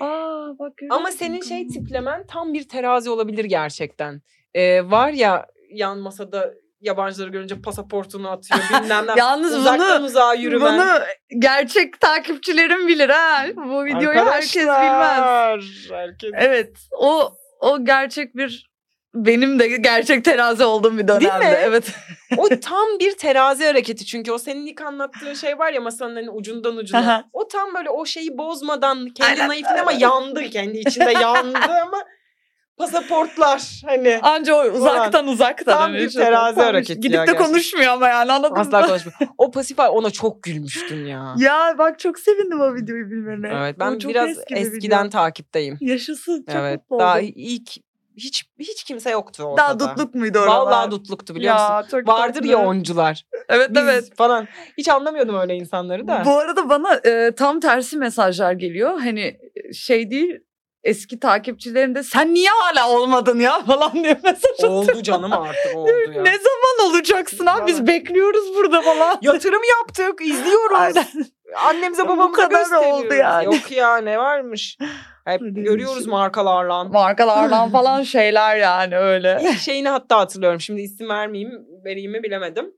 S3: Aa bak. görüyor
S2: Ama
S3: musun?
S2: senin şey tiplemen tam bir terazi olabilir gerçekten. Ee, var ya yan masada yabancıları görünce pasaportunu atıyor bilmem ne.
S3: Yalnız
S2: Uzaktan
S3: bunu
S2: uzağa yürümen.
S3: bunu gerçek takipçilerim bilir ha. Bu videoyu herkes bilmez.
S2: Arkadaşlar, Herkes.
S3: Evet. O o gerçek bir benim de gerçek terazi olduğum bir dönemde.
S2: mi?
S3: Evet.
S2: o tam bir terazi hareketi çünkü o senin ilk anlattığın şey var ya masanın hani ucundan
S3: Aha.
S2: ucuna. o tam böyle o şeyi bozmadan kendi
S3: Aynen,
S2: naifliğine ama yandı kendi içinde yandı ama pasaportlar hani.
S3: Anca o uzaktan uzaktan.
S2: Tam
S3: hani
S2: bir
S3: şöyle
S2: terazi
S3: tam-
S2: hareketi
S3: Gidip
S2: ya
S3: de
S2: gerçekten.
S3: konuşmuyor ama yani anladın mı?
S2: Asla konuşmuyor. O pasif hal- ona çok gülmüştüm ya.
S3: Ya bak çok sevindim o videoyu bilmene.
S2: Evet
S3: O
S2: ben
S3: çok
S2: biraz
S3: eski bir video.
S2: eskiden takipteyim.
S3: Yaşasın çok
S2: evet.
S3: mutlu
S2: Daha
S3: oldum.
S2: ilk hiç hiç kimse yoktu ortada.
S3: Daha dutluk muydu oralar?
S2: Vallahi dutluktu biliyor musun?
S3: çok
S2: Vardır
S3: tatlı.
S2: ya oncular.
S3: Evet
S2: Biz
S3: evet.
S2: falan. Hiç anlamıyordum öyle insanları da.
S3: Bu arada bana e, tam tersi mesajlar geliyor. Hani e, şey değil eski takipçilerim de sen niye hala olmadın ya falan diye mesaj atıyor.
S2: Oldu canım artık oldu ya.
S3: Ne zaman olacaksın abi biz
S2: Vallahi.
S3: bekliyoruz burada falan.
S2: Yatırım yaptık, izliyoruz.
S3: Aynen.
S2: Annemize
S3: Bu
S2: babamıza
S3: kadar
S2: gösteriyoruz.
S3: oldu yani.
S2: Yok ya ne varmış. Hep
S3: Öyle bir
S2: görüyoruz
S3: şey.
S2: markalarla.
S3: Markalardan falan şeyler yani öyle.
S2: İlk şeyini hatta hatırlıyorum. Şimdi isim vermeyeyim, vereyim mi bilemedim.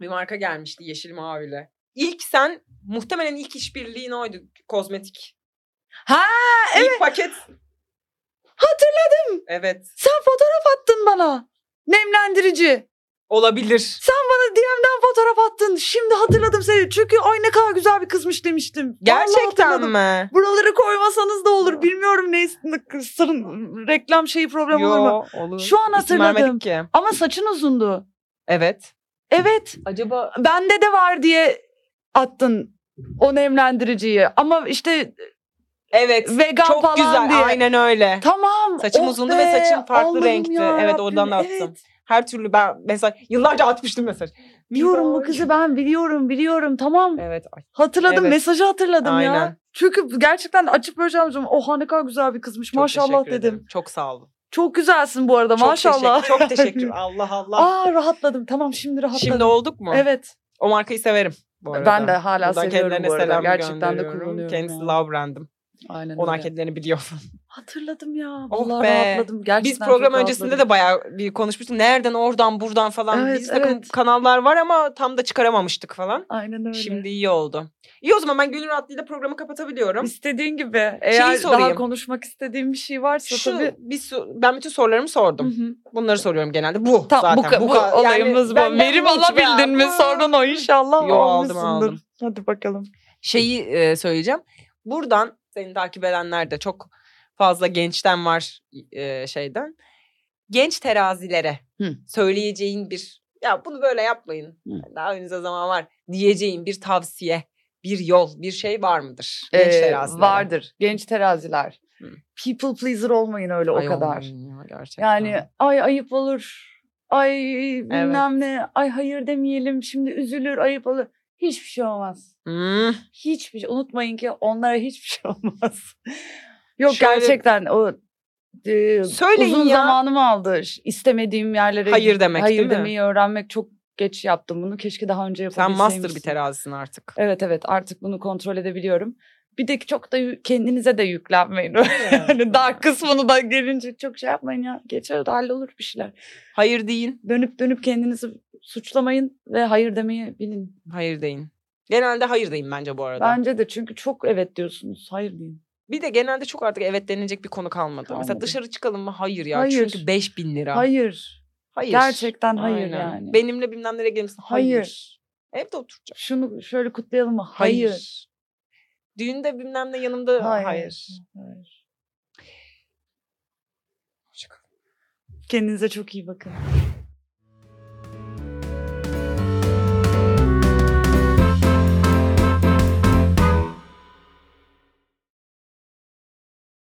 S2: Bir marka gelmişti yeşil maviyle. İlk sen muhtemelen ilk işbirliğin oydu kozmetik.
S3: Ha,
S2: evet. İlk paket. Hatırladım. Evet.
S3: Sen fotoğraf attın bana. Nemlendirici.
S2: Olabilir.
S3: Bana DM'den fotoğraf attın. Şimdi hatırladım seni. Çünkü ay ne kadar güzel bir kızmış demiştim. Vallahi
S2: Gerçekten
S3: hatırladım.
S2: mi?
S3: Buraları koymasanız da olur. Bilmiyorum ne sırın reklam şeyi problem olur mu?
S2: Yo, olur.
S3: Şu an
S2: İsim
S3: hatırladım.
S2: vermedik ki.
S3: Ama saçın uzundu.
S2: Evet.
S3: Evet.
S2: Acaba
S3: Bende de var diye attın o nemlendiriciyi. Ama işte
S2: Evet.
S3: vegan
S2: Çok
S3: falan
S2: güzel.
S3: diye.
S2: Aynen öyle.
S3: Tamam.
S2: Saçım
S3: oh
S2: uzundu ve
S3: be,
S2: saçım farklı
S3: Allah'ım
S2: renkti.
S3: yarabbim,
S2: Evet, oradan attım. Her türlü ben mesela yıllarca atmıştım mesaj.
S3: Biliyorum bu kızı ben biliyorum biliyorum tamam.
S2: Evet. ay,
S3: Hatırladım
S2: Evet.
S3: mesajı hatırladım ya.
S2: Aynen.
S3: Çünkü gerçekten açıp böyleceğim zaman oha Oh, ne kadar güzel bir kızmış
S2: çok
S3: maşallah
S2: teşekkür
S3: dedim.
S2: ederim. Çok sağ olun.
S3: Çok güzelsin bu arada
S2: Çok
S3: maşallah.
S2: teşekkür- çok teşekkür. Allah Allah.
S3: Aa rahatladım tamam şimdi rahatladım.
S2: Şimdi olduk mu?
S3: Evet
S2: O markayı severim bu arada.
S3: ben de hala
S2: Buradan
S3: seviyorum
S2: kendilerine
S3: bu arada
S2: selam
S3: gerçekten de
S2: gönderiyorum.
S3: kullanıyorum.
S2: Kendisi
S3: ya.
S2: Love Brand'im.
S3: Aynen
S2: Onlar
S3: öyle.
S2: kendilerini biliyor.
S3: Hatırladım ya.
S2: Oh
S3: Vallahi
S2: be.
S3: rahatladım. Gerçekten
S2: Biz program
S3: çok
S2: öncesinde
S3: rahatladım.
S2: de bayağı bir konuşmuştuk. Nereden oradan buradan falan.
S3: Evet,
S2: Biz takım
S3: evet.
S2: kanallar var ama tam da çıkaramamıştık falan.
S3: Aynen öyle.
S2: Şimdi iyi oldu. İyi o zaman ben gönül rahatlığıyla programı kapatabiliyorum.
S3: istediğin gibi eğer daha
S2: sorayım.
S3: konuşmak istediğim bir şey varsa
S2: Şu
S3: tabii.
S2: bir su- ben bütün sorularımı sordum.
S3: Hı hı.
S2: Bunları soruyorum genelde. Bu
S3: Tamam bu,
S2: zaten.
S3: ka- bu
S2: ka- yani
S3: olayımız bu.
S2: benden
S3: Verim
S2: bu hiç
S3: alabildin
S2: ben-
S3: mi sorun o inşallah
S2: Yo, aldım,
S3: almışsındır.
S2: aldım.
S3: Hadi bakalım.
S2: Şeyi e, söyleyeceğim. Buradan seni takip edenler de çok fazla gençten var e, şeyden. Genç terazilere
S3: Hı.
S2: söyleyeceğin bir ya bunu böyle yapmayın.
S3: Hı.
S2: Daha önünüze zaman var diyeceğin bir tavsiye, bir yol, bir şey var mıdır? Genç
S3: Ee,
S2: terazilere.
S3: vardır. Genç teraziler.
S2: Hı.
S3: People pleaser olmayın öyle
S2: Ay
S3: o kadar.
S2: olmayın ya, gerçekten.
S3: Yani ay ayıp olur. Ay bilmem ne. Ay hayır demeyelim. Şimdi üzülür, ayıp olur. Hiçbir şey olmaz.
S2: Hmm.
S3: Hiçbir şey. Unutmayın ki onlara hiçbir şey olmaz. Yok
S2: Şöyle-
S3: gerçekten o e,
S2: Söyleyin
S3: uzun
S2: ya.
S3: zamanımı aldı. Ş- İstemediğim yerlere
S2: Hayır demek,
S3: hayır
S2: değil mi?
S3: demeyi öğrenmek çok geç yaptım bunu. Keşke daha önce
S2: Sen
S3: yapabilseymişsin.
S2: master bir terazisin artık.
S3: Evet evet artık bunu kontrol edebiliyorum. Bir de ki çok da yü- kendinize de yüklenmeyin. yani daha kısmını da gelince çok şey yapmayın ya. Geçer de hallolur bir şeyler.
S2: Hayır deyin.
S3: Dönüp dönüp kendinizi suçlamayın ve hayır demeyi bilin.
S2: Hayır deyin. Genelde hayır deyin bence bu arada.
S3: Bence de çünkü çok evet diyorsunuz. Hayır deyin.
S2: Bir de genelde çok artık evet denilecek bir konu kalmadı. Mesela
S3: Kalmadı.
S2: dışarı çıkalım mı? Hayır ya.
S3: Hayır.
S2: Çünkü 5000 lira.
S3: Hayır.
S2: Hayır.
S3: Gerçekten hayır
S2: Aynen.
S3: yani.
S2: Benimle bilmem nereye gelir misin? Hayır.
S3: Hayır.
S2: Evde oturacağım.
S3: Şunu şöyle kutlayalım mı?
S2: Hayır.
S3: Hayır.
S2: Düğünde bilmem ne yanımda hayır.
S3: hayır.
S2: Hoşça kal.
S3: Kendinize çok iyi bakın.